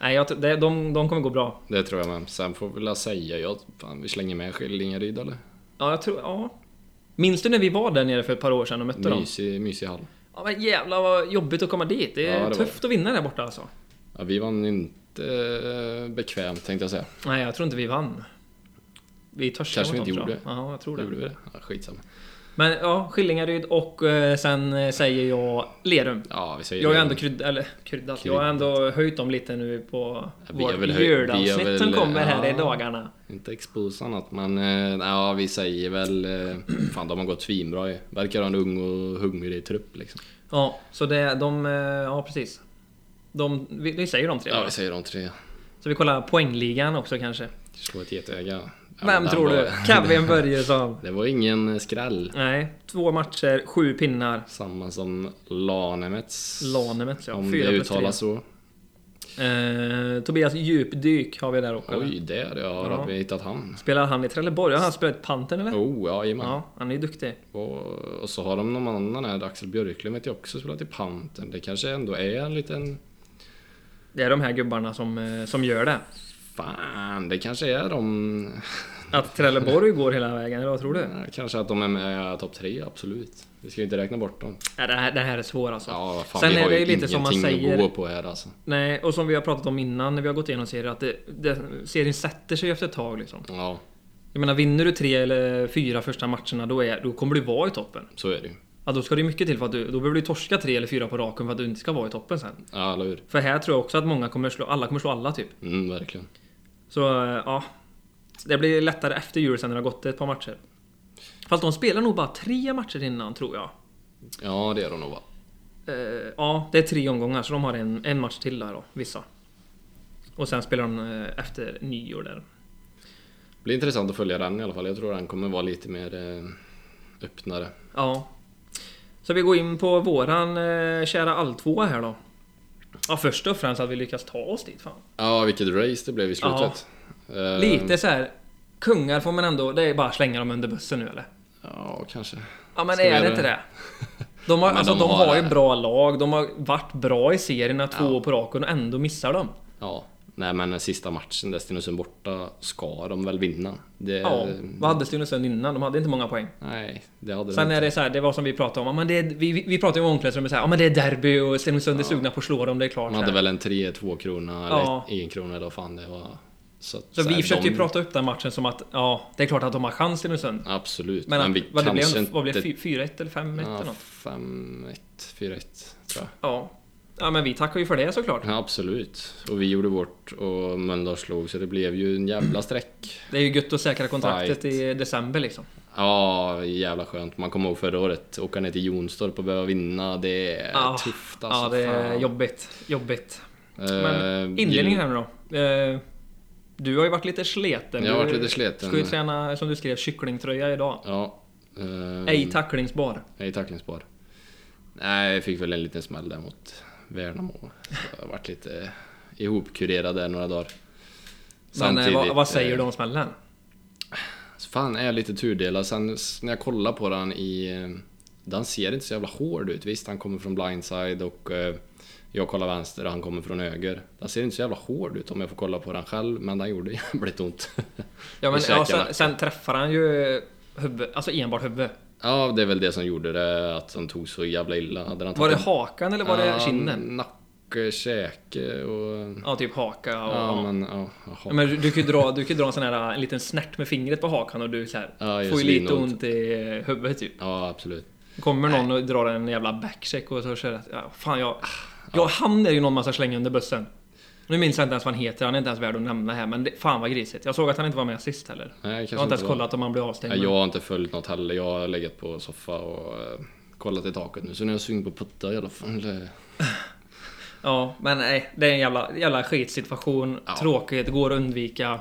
Speaker 2: Nej, jag, tror- det, de, de kommer gå bra.
Speaker 1: det tror jag med. Sen får vi väl säga, jag, fan, vi slänger med Skillingaryd eller?
Speaker 2: Ja, jag tror... Ja. Minns du när vi var där nere för ett par år sedan och mötte dem?
Speaker 1: Mysig, mysig hall.
Speaker 2: Ja men jävlar vad jobbigt att komma dit. Det är
Speaker 1: Ja, det var
Speaker 2: tufft att vinna där borta alltså.
Speaker 1: Ja, vi vann inte eh, bekvämt tänkte jag säga.
Speaker 2: Nej, jag tror inte vi vann. Vi torskade
Speaker 1: Kanske vi
Speaker 2: mot
Speaker 1: inte
Speaker 2: dem, tror
Speaker 1: gjorde.
Speaker 2: jag. Ja, jag tror det.
Speaker 1: Gjorde vi det? Ja, skitsamma.
Speaker 2: Men ja, Skillingaryd och eh, sen eh, säger jag Lerum.
Speaker 1: Ja, vi säger
Speaker 2: Jag har
Speaker 1: det.
Speaker 2: ju ändå krydd, eller, kryddat, jag har ändå höjt dem lite nu på
Speaker 1: Ja, vi har
Speaker 2: vårt
Speaker 1: väl höj- vi har
Speaker 2: julavsnitt
Speaker 1: väl-
Speaker 2: som kommer här i
Speaker 1: ja.
Speaker 2: dagarna.
Speaker 1: Inte expose annat, men eh, ja, vi säger väl... Eh, fan, de har gått svinbra ju. Verkar ha en ung och hungrig trupp liksom.
Speaker 2: Ja, så det, de, eh, ja precis. De, vi, vi säger de tre.
Speaker 1: Ja,
Speaker 2: va?
Speaker 1: vi säger de tre.
Speaker 2: Så vi kollar poängligan också kanske.
Speaker 1: Slå ett getöga. Ja,
Speaker 2: Vem
Speaker 1: den
Speaker 2: tror
Speaker 1: var-
Speaker 2: du? Kevin Börjesson.
Speaker 1: Det var ingen eh, skräll.
Speaker 2: Nej, två matcher, sju pinnar.
Speaker 1: Samma som Lanemets.
Speaker 2: Lanemets ja,
Speaker 1: Om det
Speaker 2: fyra plus tre.
Speaker 1: uttalas så.
Speaker 2: Eh, Tobias Djupdyk har vi där också.
Speaker 1: Oj, där ja. Har
Speaker 2: Ja.
Speaker 1: vi hittat han?
Speaker 2: Spelar han i Trelleborg? Har han spelat Pantern eller?
Speaker 1: Oh, ja, jajamän.
Speaker 2: Ja, han är ju duktig.
Speaker 1: Och, och så har de någon annan här, Axel Björklund vet jag också spelat i Panten. Det kanske ändå är en liten...
Speaker 2: Det är de här gubbarna som, eh, som gör det.
Speaker 1: Fan, det kanske är de... [LAUGHS]
Speaker 2: Att Trelleborg går hela vägen, eller vad tror du?
Speaker 1: Ja, Kanske att de är med i topp tre, absolut. Vi ska ju inte räkna bort dem.
Speaker 2: Ja, det, här, det här är svårt alltså.
Speaker 1: Ja, vad fan,
Speaker 2: Sen
Speaker 1: vi
Speaker 2: är
Speaker 1: har
Speaker 2: det
Speaker 1: ju
Speaker 2: lite som man
Speaker 1: ingenting
Speaker 2: säger-
Speaker 1: att gå på här alltså.
Speaker 2: Nej, och som vi har pratat om innan när vi har gått igenom serier, att det, det, serien sätter sig efter ett tag liksom.
Speaker 1: Ja,
Speaker 2: Jag menar, vinner du tre eller fyra första matcherna, då, är, då kommer du vara i toppen.
Speaker 1: så är det ju.
Speaker 2: Ja, då ska det ju mycket till för att du, då behöver du torska tre eller fyra på raken för att du inte ska vara i toppen sen.
Speaker 1: Ja, eller hur?
Speaker 2: För här tror jag också att många kommer slå, alla kommer slå alla typ.
Speaker 1: Mm, verkligen.
Speaker 2: Så eh, ja, det blir lättare efter jul sen när det har gått ett par matcher. Fast de spelar nog bara tre matcher innan tror jag.
Speaker 1: Ja, det är de nog va?
Speaker 2: Eh, ja, det är tre omgångar så de har en, en match till där då, vissa. Och sen spelar de eh, efter nyår där.
Speaker 1: Blir intressant att följa den i alla fall. Jag tror den kommer vara lite mer eh, öppnare.
Speaker 2: Ja. Så vi går in på våran eh, kära alltvåa här då. Ja, först och främst att vi lyckas ta oss dit fan.
Speaker 1: Ja, vilket race det blev i slutet. Eh,
Speaker 2: Lite så här. Kungar får man ändå, det är bara att slänga dem under bussen nu eller?
Speaker 1: Ja, kanske.
Speaker 2: Ja men
Speaker 1: Ska vi
Speaker 2: är det
Speaker 1: göra
Speaker 2: inte
Speaker 1: det?
Speaker 2: det? [LAUGHS] De har,
Speaker 1: men
Speaker 2: alltså, de
Speaker 1: de
Speaker 2: har,
Speaker 1: har
Speaker 2: ju
Speaker 1: det.
Speaker 2: bra lag, de har varit bra i serierna två
Speaker 1: Ja.
Speaker 2: år på raken och ändå missar de.
Speaker 1: Ja. Nej, men den sista matchen där Stenungsund borta ska de väl vinna. Det,
Speaker 2: Ja, vad hade Stenungsund innan? De hade inte många poäng.
Speaker 1: Nej, Ehm. det hade de
Speaker 2: Sen
Speaker 1: inte.
Speaker 2: är det så här, det var som vi pratade om, ja, men det är, vi, vi- vi pratade ju om omklädningsrummet såhär, ja men det är derby och Stenungsund är sugna på att slå dem, det är klart.
Speaker 1: De
Speaker 2: så här.
Speaker 1: hade väl en 3-2 krona
Speaker 2: Ja.
Speaker 1: eller 1 krona eller vad fan det var. Så, att-
Speaker 2: Så
Speaker 1: så
Speaker 2: vi
Speaker 1: här,
Speaker 2: försökte ju
Speaker 1: de-
Speaker 2: prata upp den matchen som att, ja, det är klart att de har chans Stenungsund.
Speaker 1: Absolut.
Speaker 2: Men,
Speaker 1: Men,
Speaker 2: att,
Speaker 1: vi
Speaker 2: vad det
Speaker 1: kanske
Speaker 2: blev,
Speaker 1: inte...
Speaker 2: vad blev det? 4-1 eller 5-1 eller
Speaker 1: Ja,
Speaker 2: något?
Speaker 1: 5-1, 4-1 tror jag.
Speaker 2: Ja. Ja men vi tackar ju för det såklart.
Speaker 1: Ja, absolut. Och vi gjorde vårt och Mölndal slog så det blev ju en jävla sträck.
Speaker 2: Det är ju gött att säkra kontraktet
Speaker 1: Fight.
Speaker 2: i december liksom.
Speaker 1: Ja, jävla skönt. Man kommer ihåg förra året, åka ner till Jonstorp och behöva vinna. Det är
Speaker 2: Ja.
Speaker 1: tufft alltså.
Speaker 2: Ah. Ja det är
Speaker 1: fan.
Speaker 2: jobbigt. Jobbigt.
Speaker 1: Eh,
Speaker 2: Men inledningen
Speaker 1: Gill-
Speaker 2: här nu då. Eh, Du har ju varit lite sleten.
Speaker 1: Jag har
Speaker 2: Du
Speaker 1: varit lite sleten.
Speaker 2: Ska ju träna, som du skrev, kycklingtröja idag.
Speaker 1: Ja. ehm,
Speaker 2: Ej tacklingsbar. eh,
Speaker 1: ej tacklingsbar. Nej, jag fick väl en liten smäll där mot Värnamo. Så jag har varit lite ihopkurerad där några dagar.
Speaker 2: Men eh, vad, vad
Speaker 1: eh,
Speaker 2: säger du om smällen?
Speaker 1: Så fan är jag lite tudelad. Sen s- när jag kollar på den i... eh, Den ser inte så jävla hård ut. Visst, han kommer från blindside och eh, jag kollar vänster och han kommer från höger. Den ser inte så jävla hård ut om jag får kolla på den själv, men den gjorde [LAUGHS] jävligt ont.
Speaker 2: Ja,
Speaker 1: i
Speaker 2: men, ja,
Speaker 1: käkarna.
Speaker 2: sen, sen träffar han ju huvud, alltså enbart huvud.
Speaker 1: Ja, det är väl det som gjorde det, att han tog så jävla illa. Hade han
Speaker 2: Var det
Speaker 1: tagit-
Speaker 2: hakan eller var det
Speaker 1: Ja,
Speaker 2: kinden?
Speaker 1: Nacke, käke och...
Speaker 2: Ja, typ haka och...
Speaker 1: Ja,
Speaker 2: Ja,
Speaker 1: men ja, jaha.
Speaker 2: men du, du kan ju dra, du kan ju dra en sån här en liten snärt med fingret på hakan och du så här,
Speaker 1: Ja, just
Speaker 2: får ju lite
Speaker 1: svinont.
Speaker 2: ont i huvudet typ.
Speaker 1: Ja, absolut.
Speaker 2: Kommer någon och drar en jävla backcheck och så kör det. Ja, fan jag...
Speaker 1: Ah,
Speaker 2: Ja, han är ju någon man ska slänga under bussen. Nu minns jag inte ens vad han heter, han är inte ens värd att nämna här men det, fan vad grisigt. Jag såg att han inte var med sist heller.
Speaker 1: Nej, kanske
Speaker 2: Jag har inte ens
Speaker 1: var-
Speaker 2: kollat om han blev avstängd.
Speaker 1: Nej, jag har inte följt något heller. Jag har legat på soffa och eh, kollat i taket nu. Så nu har jag sugit på puttar i alla fall. Eh, [LAUGHS]
Speaker 2: Ja, men nej. Det är en jävla, jävla skitsituation.
Speaker 1: Ja.
Speaker 2: Tråkigt, går att undvika.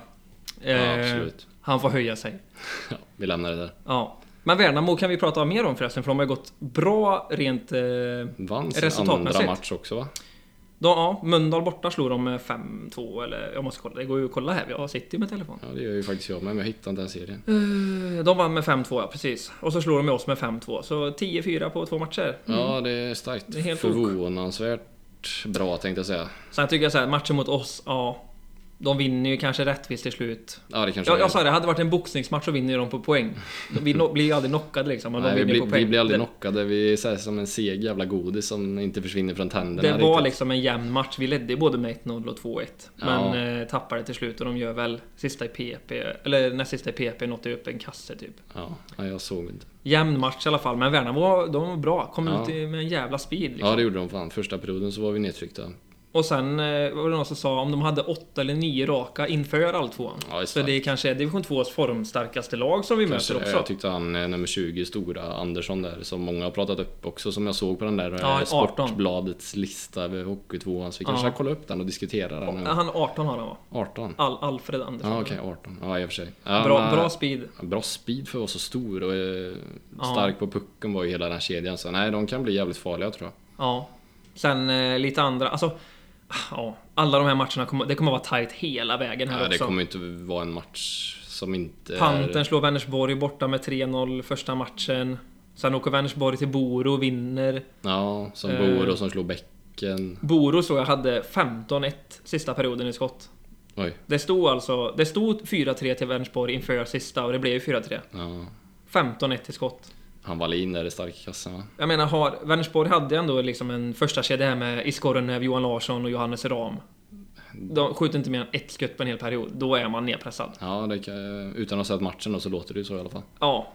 Speaker 2: Eh,
Speaker 1: Ja, absolut.
Speaker 2: Han får höja sig.
Speaker 1: Ja, vi lämnar det där.
Speaker 2: Ja. Men Värnamo kan vi prata mer om förresten, för de har gått bra rent... Eh, de,
Speaker 1: Vann sin
Speaker 2: Resultatmässigt.
Speaker 1: andra match också va?
Speaker 2: ja, Mölndal borta slog de med 5-2, eller jag måste kolla. Det går ju att kolla här, jag sitter ju med telefon.
Speaker 1: Ja, det gör ju faktiskt jag med, men jag hittar inte den serien.
Speaker 2: Eh, De vann med 5-2, ja precis. Och så slår de med oss med 5-2, så 10-4 på två matcher.
Speaker 1: Ja, det är starkt.
Speaker 2: Mm. Det är helt ok.
Speaker 1: Förvånansvärt bra tänkte jag säga.
Speaker 2: Sen tycker jag så här, matchen mot oss, ja... De vinner ju kanske rättvist till slut.
Speaker 1: Ja, det kanske
Speaker 2: Jag,
Speaker 1: är-
Speaker 2: jag sa det, hade det varit en boxningsmatch så vinner ju de på poäng. Vi no, blir ju aldrig knockade liksom, men
Speaker 1: Mm. Nej,
Speaker 2: de
Speaker 1: vi,
Speaker 2: vinner
Speaker 1: blir,
Speaker 2: på poäng.
Speaker 1: vi blir aldrig
Speaker 2: det,
Speaker 1: knockade. Vi är så här som en seg jävla godis som inte försvinner från tänderna.
Speaker 2: det var
Speaker 1: riktigt.
Speaker 2: liksom en jämn match. Vi ledde ju både med 1-0 och 2-1. Men
Speaker 1: Ja.
Speaker 2: eh, tappade till slut och de gör väl sista i PP, eller näst sista i PP, något upp en kasse typ.
Speaker 1: Ja, ja, jag såg inte.
Speaker 2: Jämn match i alla fall, men Värnamo var- de var bra. Kom
Speaker 1: Ja.
Speaker 2: ut i- med en jävla speed liksom.
Speaker 1: Ja, det gjorde de fan. Första perioden så var vi nedtryckta.
Speaker 2: Och sen eh, var det någon som sa om de hade åtta eller nio raka inför all tvåan.
Speaker 1: Ja, det är
Speaker 2: så det är kanske är division 2s formstarkaste lag som vi
Speaker 1: Kanske,
Speaker 2: möter också.
Speaker 1: jag tyckte han eh, nummer 20, stora Andersson där, som många har pratat upp också, som jag såg på den där eh,
Speaker 2: Ja, 18.
Speaker 1: Sportbladets lista över Hockeytvåan. Så vi kanske
Speaker 2: Ja.
Speaker 1: ska kolla upp den och diskutera den.
Speaker 2: Ja, Han 18 har han va?
Speaker 1: 18?
Speaker 2: Al Alfred Andersson.
Speaker 1: Ja, okej, 18. Ja, i och för sig. Ja,
Speaker 2: Bra,
Speaker 1: men- eh,
Speaker 2: bra speed.
Speaker 1: Bra speed för att vara så stor och eh,
Speaker 2: Ja.
Speaker 1: stark på pucken var ju hela den här kedjan. Så nej, de kan bli jävligt farliga tror jag.
Speaker 2: Ja. Sen eh, lite andra, alltså ja, alla de här matcherna kommer, det kommer vara tight hela vägen här
Speaker 1: Ja, det
Speaker 2: också.
Speaker 1: kommer inte vara en match som inte
Speaker 2: Pantern
Speaker 1: är...
Speaker 2: slår Vänersborg borta med 3-0 första matchen. Sen åker Vänersborg till Boro och vinner.
Speaker 1: Ja, som
Speaker 2: Eh.
Speaker 1: bor och som slår bäcken.
Speaker 2: Boro såg jag hade 15-1 sista perioden i skott.
Speaker 1: Oj.
Speaker 2: Det stod alltså... Det stod 4-3 till Vänersborg inför sista och det blev ju 4-3.
Speaker 1: Ja.
Speaker 2: 15-1 i skott.
Speaker 1: Han Wallin är det starka kassan va?
Speaker 2: Jag menar, har, Vänersborg hade ändå liksom en första kedja här med Iskorrenöv, Johan Larsson och Johannes Ram. De skjuter inte mer än ett skott på en hel period. Då är man nedpressad.
Speaker 1: Ja, det kan, utan att ha sett matchen då så låter det ju så i alla fall.
Speaker 2: Ja.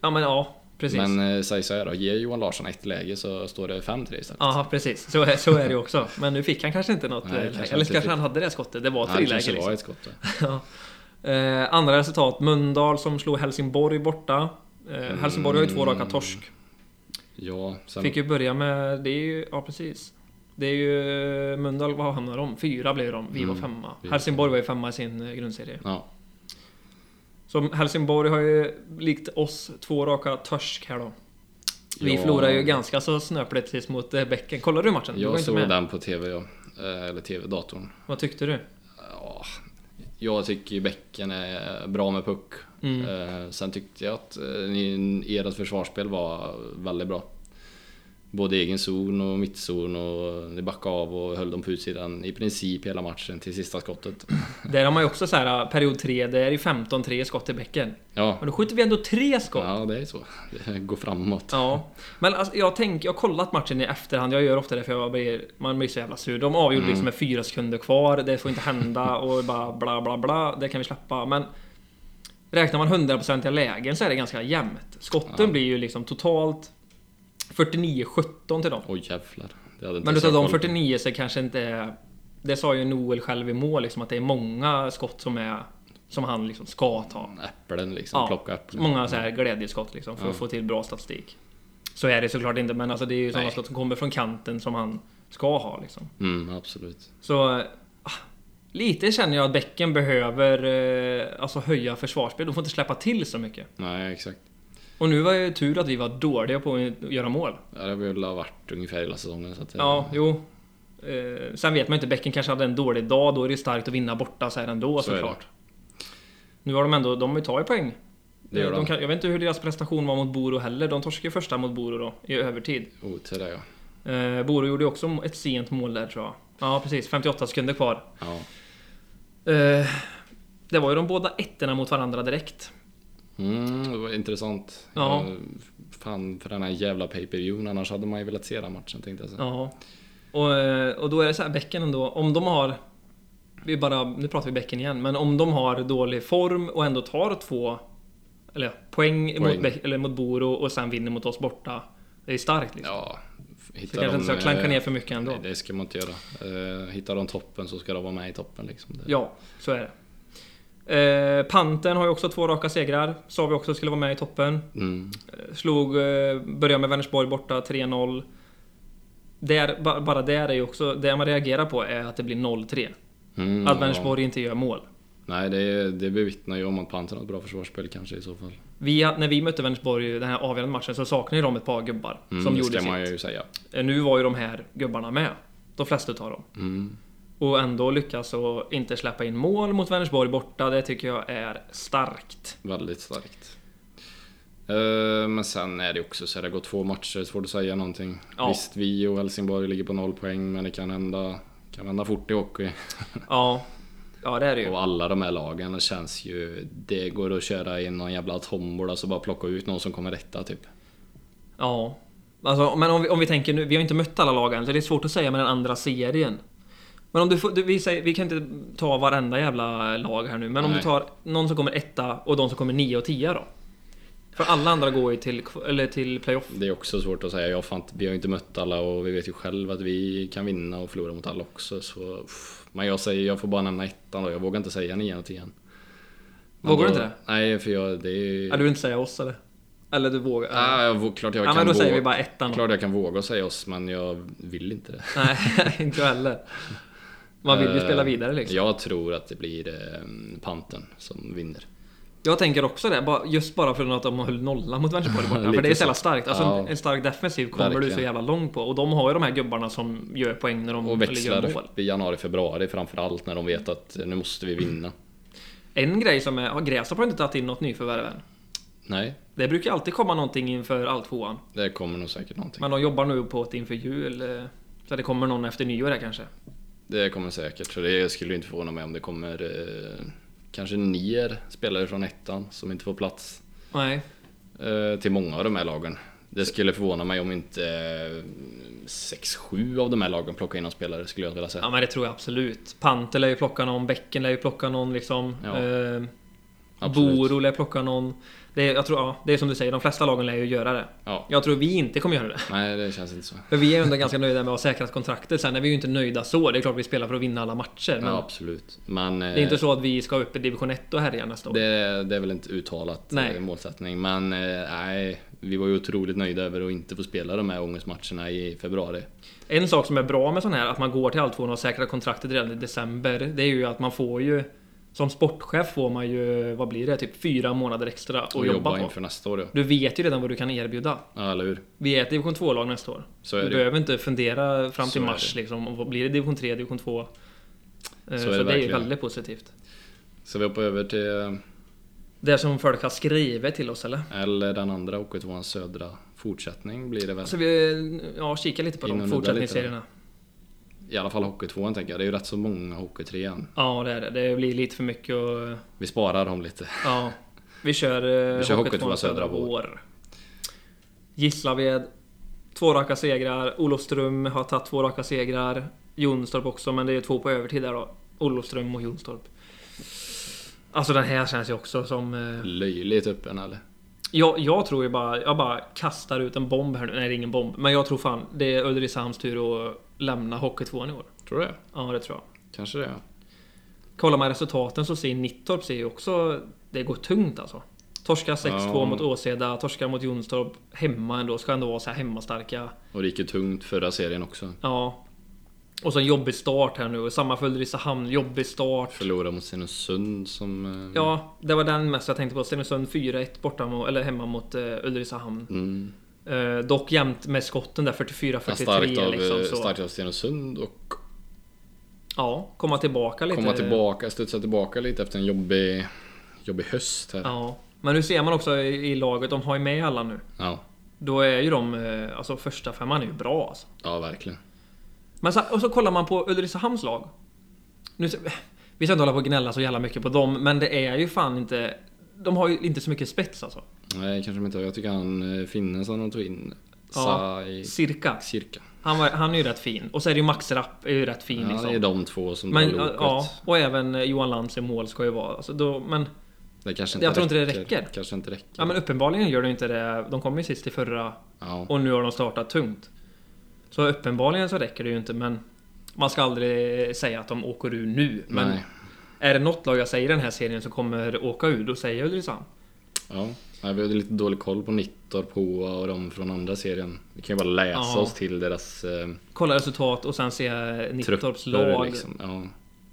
Speaker 2: Ja men ja, precis.
Speaker 1: Men eh, säg så här då, ge Johan Larsson ett läge så står det 5-3 istället.
Speaker 2: Ja, precis. Så är, så är det ju också. Men nu fick han kanske inte något.
Speaker 1: Nej,
Speaker 2: eh,
Speaker 1: kanske
Speaker 2: eller
Speaker 1: inte
Speaker 2: kanske
Speaker 1: fick.
Speaker 2: han hade det skottet. Det var ett
Speaker 1: Ja, det
Speaker 2: friläge
Speaker 1: kanske var
Speaker 2: liksom.
Speaker 1: ett skott då.
Speaker 2: ja. eh, andra resultat. Mölndal som slog Helsingborg borta. Eh,
Speaker 1: Mm.
Speaker 2: Helsingborg har ju två raka torsk.
Speaker 1: Ja, sen...
Speaker 2: Fick ju börja med... Det är ju... Ja, precis. Det är ju... eh, Mölndal, vad hamnar de? Fyra blev de. Vi
Speaker 1: Mm.
Speaker 2: var femma.
Speaker 1: Vi var
Speaker 2: Helsingborg var ju femma i sin eh, grundserie.
Speaker 1: Ja.
Speaker 2: Så Helsingborg har ju, likt oss, två raka torsk här då. Vi
Speaker 1: Ja.
Speaker 2: förlorar ju ganska så snöpligt precis mot eh, bäcken. Kollade du matchen? Du var
Speaker 1: Jag
Speaker 2: inte
Speaker 1: såg
Speaker 2: med.
Speaker 1: den på TV, ja. Eh, eller TV-datorn.
Speaker 2: Vad tyckte du?
Speaker 1: Ja, jag tycker ju bäcken är bra med puck.
Speaker 2: Mm.
Speaker 1: Eh, sen tyckte jag att eh, ni- ert försvarsspel var väldigt bra. Både egen zon och mittzon och ni backade av och höll dem på utsidan i princip hela matchen till sista skottet.
Speaker 2: Där har man ju också så här eh, period 3, det är ju 15-3 skott i bäcken.
Speaker 1: Ja,
Speaker 2: Men då skjuter vi ändå tre skott. Ja.
Speaker 1: ja det är så. Det går framåt.
Speaker 2: Men alltså, jag tänker, jag har kollat matchen i efterhand, jag gör ofta det för jag blir, man blir så jävla sur. De avgjorde liksom med fyra sekunder kvar, det får inte hända och bara bla bla bla, det kan vi släppa. Men räknar man 100% lägen så är det ganska jämnt. Skotten blir ju liksom totalt 49-17 till dem.
Speaker 1: Oj jävlar. Det hade inte
Speaker 2: Men
Speaker 1: ens
Speaker 2: utav
Speaker 1: jag
Speaker 2: de
Speaker 1: koll på.
Speaker 2: 49 så kanske inte... är- Det sa ju Noel själv i mål, liksom, att det är många skott som är... Som han liksom ska ta.
Speaker 1: Äpplen liksom,
Speaker 2: Ja,
Speaker 1: plocka äpplen.
Speaker 2: Många så här glädjeskott liksom, för att få till bra statistik. Så är det såklart inte, men alltså det är ju sådana
Speaker 1: Nej.
Speaker 2: skott som kommer från kanten som han ska ha. Liksom.
Speaker 1: Mm, absolut.
Speaker 2: Så... ah, Lite känner jag att bäcken behöver eh, alltså höja försvarsspel. De får inte släppa till så mycket.
Speaker 1: Nej, exakt.
Speaker 2: Och nu var ju tur att vi var dåliga på att göra mål.
Speaker 1: Ja, det har väl varit ungefär hela säsongen. Så att, det-
Speaker 2: Ja, jo. Eh, sen vet man inte, Bäcken kanske hade en dålig dag, då är det starkt att vinna borta så här ändå
Speaker 1: Så är det.
Speaker 2: såklart. Nu har de ändå, de tar ju poäng. Eh,
Speaker 1: Det gör de.
Speaker 2: kan, jag vet inte hur deras prestation var mot Boro heller, de torskade ju första mot Boro då, i övertid.
Speaker 1: Otur är jag.
Speaker 2: Eh, Boro gjorde ju också ett sent mål där tror jag. Ja precis, 58 sekunder kvar.
Speaker 1: Ja.
Speaker 2: Eh, det var ju de båda ettorna mot varandra direkt.
Speaker 1: Mm, det var intressant.
Speaker 2: Ja.
Speaker 1: Jag- Fan, för den här jävla pay per view annars hade man ju velat se den matchen tänkte jag säga.
Speaker 2: Ja. Och, eh, och då är det så här, bäcken ändå, om de har... Vi bara, nu pratar vi bäcken igen, men om de har dålig form och ändå tar två eller, ja, poäng, Mot,
Speaker 1: Poäng.
Speaker 2: Bäck- eller mot Boro och sen vinner mot oss borta. Det är starkt liksom.
Speaker 1: Ja. Hittar eh,
Speaker 2: så kanske inte ska klanka ner för mycket ändå.
Speaker 1: Nej, det ska man inte göra. Eh, Hittar de toppen så ska de vara med i toppen liksom. Det,
Speaker 2: Ja, så är det. Eh, Panten har ju också två raka segrar. Sa vi också skulle vara med i toppen.
Speaker 1: mm,
Speaker 2: Slog, eh, började med Vänersborg borta 3-0. Där, ba, bara där är ju också, det man reagerar på är att det blir 0-3.
Speaker 1: mm,
Speaker 2: Att Vänersborg inte gör mål.
Speaker 1: Ja. Nej, det, det bevittnar ju om att Pantern har ett bra försvarsspel kanske i så fall.
Speaker 2: Vi, när vi mötte Vänersborg i den här avgörande matchen så saknade ju de ett par gubbar
Speaker 1: Mm,
Speaker 2: som
Speaker 1: det
Speaker 2: gjorde
Speaker 1: ska man
Speaker 2: sitt.
Speaker 1: ju säga.
Speaker 2: Nu var ju de här gubbarna med. De flesta utav dem.
Speaker 1: Mm.
Speaker 2: Och ändå lyckas och inte släppa in mål mot Vänersborg borta. Det tycker jag är starkt.
Speaker 1: Väldigt starkt. Eh, Men sen är det också så här, det har gått två matcher, svårt att säga någonting.
Speaker 2: Ja.
Speaker 1: Visst, vi och Helsingborg ligger på noll poäng, men det kan hända, kan hända fort i hockey.
Speaker 2: Ja, [LAUGHS] ja det är det ju.
Speaker 1: Och alla de här lagen det känns ju... Det går att köra in någon jävla tombola och så bara plocka ut någon som kommer rätta typ.
Speaker 2: Ja. Alltså, men om vi, om vi tänker nu, vi har inte mött alla lag än, så det är svårt att säga med den andra serien. Men om du får, du, vi, säger, vi kan inte ta varenda jävla lag här nu, men om du
Speaker 1: Nej.
Speaker 2: tar någon som kommer etta och de som kommer nio och tio då? För alla andra går ju till, kv- eller till playoff.
Speaker 1: Det är också svårt att säga. Jag fan, vi har ju inte mött alla och vi vet ju själv att vi kan vinna och förlora mot alla också. Så, uff. men jag säger, jag får bara nämna ettan då. Jag vågar inte säga nian och tian. Men
Speaker 2: Vågar du
Speaker 1: då-
Speaker 2: inte det?
Speaker 1: Nej, för jag... Det är ju...
Speaker 2: Ja, du vill inte säga oss eller? Eller du vågar?
Speaker 1: Ah, jag, vå- klart jag
Speaker 2: ja,
Speaker 1: kan
Speaker 2: men då
Speaker 1: våga.
Speaker 2: säger vi bara ettan. då.
Speaker 1: Klart jag kan våga säga oss, men jag vill inte det.
Speaker 2: Nej, [LAUGHS] inte jag heller. Man vill ju
Speaker 1: Eh,
Speaker 2: spela vidare liksom. Mm,
Speaker 1: Jag tror att det blir eh, Panten ehm, som vinner.
Speaker 2: Jag tänker också det, bara- just bara för att de höll nolla mot
Speaker 1: [LAUGHS]
Speaker 2: Vänersborg borta. för
Speaker 1: Lite
Speaker 2: det är så
Speaker 1: så.
Speaker 2: jävla starkt. Alltså
Speaker 1: Ja.
Speaker 2: en- en stark defensiv kommer du så
Speaker 1: Verkligen.
Speaker 2: jävla långt på. Och de har ju de här gubbarna som gör poäng när de
Speaker 1: Och
Speaker 2: eller gör
Speaker 1: växlar
Speaker 2: mål.
Speaker 1: upp i januari, februari framförallt när de vet att eh, nu måste vi vinna.
Speaker 2: En grej som är, har Grästorp har inte tagit in något nyförvärv än.
Speaker 1: Nej,
Speaker 2: Det brukar alltid komma någonting inför alltvåan.
Speaker 1: det kommer nog säkert någonting.
Speaker 2: Men de jobbar nu på ett inför jul. eh, Så det kommer någon efter nyår här kanske.
Speaker 1: Det kommer säkert, så det skulle inte förvåna mig om det kommer eh, kanske ner spelare från ettan som inte får plats
Speaker 2: Nej.
Speaker 1: eh, till många av de här lagen. Det skulle förvåna mig om inte 6-7 av de här lagen plockar in någon spelare skulle jag vilja
Speaker 2: Ja
Speaker 1: säga.
Speaker 2: men det tror jag absolut. Panter lär ju plocka någon, Bäcken lär ju plocka någon liksom.
Speaker 1: Ja,
Speaker 2: eh,
Speaker 1: absolut.
Speaker 2: Boro lär plocka någon. Det, är- jag tror, ja, det är som du säger, de flesta lagen lär ju göra det.
Speaker 1: Ja,
Speaker 2: Jag tror vi inte kommer göra det.
Speaker 1: nej det känns inte så.
Speaker 2: För vi är ju ändå ganska nöjda med att ha säkrat kontraktet. Sen är vi ju inte nöjda så. Det är klart vi spelar för att vinna alla matcher. Men
Speaker 1: Ja, absolut. Men eh,
Speaker 2: det är inte så att vi ska upp i division 1 och härja nästa år.
Speaker 1: Det, det är väl inte uttalat
Speaker 2: Nej.
Speaker 1: eh, målsättning men eh, nej, vi var ju otroligt nöjda över att inte få spela de här ångestmatcherna i februari.
Speaker 2: En sak som är bra med sån här, att man går till Alltvåan och har säkrat kontraktet redan i december. Det är ju att man får ju... Som sportchef får man ju, vad blir det? Typ fyra månader extra att
Speaker 1: Och
Speaker 2: jobba
Speaker 1: jobba
Speaker 2: på.
Speaker 1: inför nästa år ja.
Speaker 2: Du vet ju redan vad du kan erbjuda.
Speaker 1: ja eller hur?
Speaker 2: Vi är ett division 2-lag nästa år.
Speaker 1: Så
Speaker 2: Du
Speaker 1: är det ju.
Speaker 2: behöver inte fundera fram
Speaker 1: Så
Speaker 2: till
Speaker 1: är
Speaker 2: mars liksom. Och vad blir det division 3, division 2? Eh,
Speaker 1: är det
Speaker 2: Så, det, är ju
Speaker 1: verkligen.
Speaker 2: väldigt positivt.
Speaker 1: Så vi hoppar över till eh,
Speaker 2: Det som folk har skrivit till oss eller?
Speaker 1: Eller den andra OK2 södra fortsättning blir det väl.
Speaker 2: Så Alltså, vi, ja, kika lite på
Speaker 1: In och
Speaker 2: de
Speaker 1: nudda
Speaker 2: fortsättningsserierna.
Speaker 1: I alla fall Hockey2 tänker jag. Det är ju rätt så många Hockey3.
Speaker 2: Ja, det är det. Det blir lite för mycket och...
Speaker 1: Vi sparar dem lite.
Speaker 2: Ja. Vi kör, eh,
Speaker 1: Vi kör
Speaker 2: Hockeyettan
Speaker 1: Hockeyettan Södra Vår.
Speaker 2: Gislaved. Två raka segrar. Olofström har tagit två raka segrar. Jonstorp också, men det är två på övertid där då. Olofström och Jonstorp. Alltså den här känns ju också som... eh,
Speaker 1: Löjligt öppen eller?
Speaker 2: Jag, jag tror ju bara... Jag bara kastar ut en bomb här nu. Nej, det är ingen bomb. Men jag tror fan det är Ulricehamns tur att lämna Hockeytvåan i år.
Speaker 1: Tror du det?
Speaker 2: Ja, det tror jag.
Speaker 1: Kanske det.
Speaker 2: Kollar man resultaten så ser Nittorp ser ju också... Det går tungt alltså. Torska 6-2
Speaker 1: Ja.
Speaker 2: mot Åseda, torska mot Jonstorp. Hemma ändå, ska ändå vara så här hemmastarka.
Speaker 1: Och det gick ju tungt förra serien också.
Speaker 2: Ja. Och så en jobbig start här nu. och Samma för Ulricehamn, jobbig start.
Speaker 1: Förlorade mot Stenungsund som... eh,
Speaker 2: Ja, det var den mest jag tänkte på. Stenungsund 4-1 borta mot, eller hemma mot eh, Ulricehamn.
Speaker 1: Mm.
Speaker 2: Eh, dock jämnt med skotten där, 44-43
Speaker 1: Starkt av,
Speaker 2: liksom.
Speaker 1: eh,
Speaker 2: Så.
Speaker 1: starkt av Stenungsund och
Speaker 2: Ja, komma tillbaka lite.
Speaker 1: komma tillbaka, studsa tillbaka lite efter en jobbig, jobbig höst här.
Speaker 2: Ja. Men nu ser man också i, i laget, de har ju med alla nu.
Speaker 1: Ja,
Speaker 2: Då är ju de, eh, alltså första femman är ju bra alltså.
Speaker 1: ja verkligen.
Speaker 2: Men så, och så kollar man på Ulricehamns lag. Nu, ska- [LAUGHS] vi ska inte hålla på och gnälla så jävla mycket på dem, men det är ju fan inte... De har ju inte så mycket spets alltså.
Speaker 1: Nej, kanske de inte har. Jag tycker han eh, finnen som de tog in,
Speaker 2: Ja.
Speaker 1: Sai
Speaker 2: Cirka.
Speaker 1: Cirka.
Speaker 2: Han, var, han är ju rätt fin. Och så är det ju Max Rapp, är ju rätt fin
Speaker 1: Ja,
Speaker 2: liksom.
Speaker 1: det är de två som
Speaker 2: men,
Speaker 1: drar loket.
Speaker 2: ja, och även eh, Johan Lantz i mål ska ju vara... Alltså, då, men,
Speaker 1: Det kanske inte
Speaker 2: Jag tror inte det räcker.
Speaker 1: Kanske inte räcker.
Speaker 2: ja, men uppenbarligen gör de inte det. De kom ju sist i förra
Speaker 1: Ja.
Speaker 2: och nu har de startat tungt. Så uppenbarligen så räcker det ju inte, men... Man ska aldrig säga att de åker ur nu, men...
Speaker 1: Nej.
Speaker 2: Är det något lag jag säger i den här serien som kommer åka ur, då säger jag Ulricehamn.
Speaker 1: Ja. Nej, vi hade lite dålig koll på Nittorp, Hoa och de från andra serien. Vi kan ju bara läsa
Speaker 2: Ja.
Speaker 1: oss till deras eh,
Speaker 2: Kolla resultat och sen se Nittorps
Speaker 1: trupper.
Speaker 2: lag.
Speaker 1: Liksom. Ja,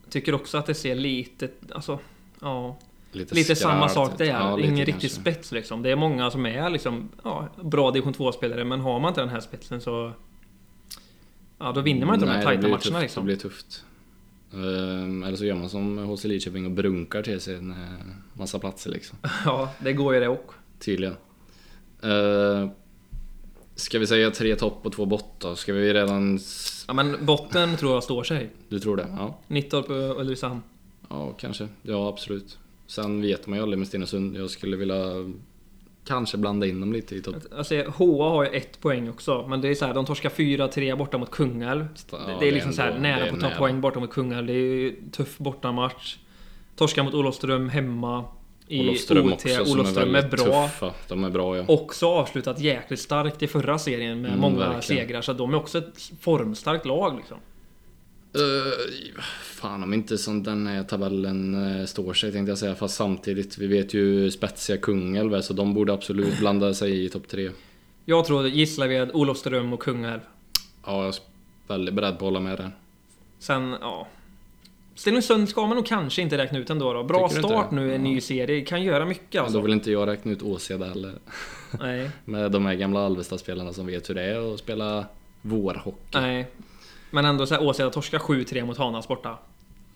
Speaker 2: Tycker också att det ser lite, alltså, ja.
Speaker 1: lite
Speaker 2: Lite samma
Speaker 1: skarpt
Speaker 2: sak
Speaker 1: ut.
Speaker 2: där.
Speaker 1: Ja, lite
Speaker 2: Ingen riktig
Speaker 1: kanske.
Speaker 2: spets liksom. Det är många som är liksom, ja, bra division 2-spelare, men har man inte den här spetsen så... Ja, då vinner man inte de
Speaker 1: Nej,
Speaker 2: här
Speaker 1: det blir
Speaker 2: tajta matcherna
Speaker 1: tufft,
Speaker 2: liksom.
Speaker 1: Det blir tufft. Ehm, eller så gör man som HC Lidköping och brunkar till sig en eh, massa platser liksom.
Speaker 2: [LAUGHS] Ja, det går ju det också.
Speaker 1: Tydligen. Uh, ska vi säga tre topp och två botten? Ska vi redan... s-
Speaker 2: Ja, men botten tror jag står sig.
Speaker 1: Du tror det? Ja.
Speaker 2: Nittorp och Ulricehamn.
Speaker 1: Ja, kanske. Ja, absolut. Sen vet man ju aldrig med Stenungsund. Jag skulle vilja kanske blanda in dem lite i topp.
Speaker 2: Alltså, HA har ju ett poäng också, men det är så här, de torskar 4-3 borta mot Kungälv.
Speaker 1: Ja,
Speaker 2: det, det
Speaker 1: det
Speaker 2: är
Speaker 1: är
Speaker 2: liksom så här
Speaker 1: ändå-
Speaker 2: nära
Speaker 1: det är
Speaker 2: på att ta
Speaker 1: nära.
Speaker 2: poäng borta mot Kungälv. Det är ju tuff bortamatch. Torska mot Olofström hemma. I
Speaker 1: Olofström
Speaker 2: OT.
Speaker 1: också som
Speaker 2: Olofström
Speaker 1: är
Speaker 2: är,
Speaker 1: väldigt
Speaker 2: bra.
Speaker 1: tuffa. De är bra ja.
Speaker 2: Också avslutat jäkligt starkt i förra serien med
Speaker 1: Mm,
Speaker 2: många
Speaker 1: verkligen.
Speaker 2: segrar. Så de är också ett formstarkt lag liksom.
Speaker 1: Eh, fan om inte som den här tabellen eh, står sig tänkte jag säga. Fast samtidigt, vi vet ju spetsiga Kungälv är, så de borde absolut blanda sig i topp tre.
Speaker 2: Jag tror Gislaved, Olofström och Kungälv.
Speaker 1: Ja, jag är väldigt beredd på att hålla med där.
Speaker 2: Sen, ja. Stenungsund ska man nog kanske inte räkna ut ändå då. Bra
Speaker 1: Tycker du
Speaker 2: start
Speaker 1: inte?
Speaker 2: nu, en ny serie. Kan göra mycket
Speaker 1: Men Då
Speaker 2: alltså.
Speaker 1: vill inte jag räkna ut Åseda heller.
Speaker 2: Nej,
Speaker 1: Med de här gamla Alvesta-spelarna som vet hur det är att spela vårhockey.
Speaker 2: nej. Men ändå så här, Åseda torskar 7-3 mot Hanas borta.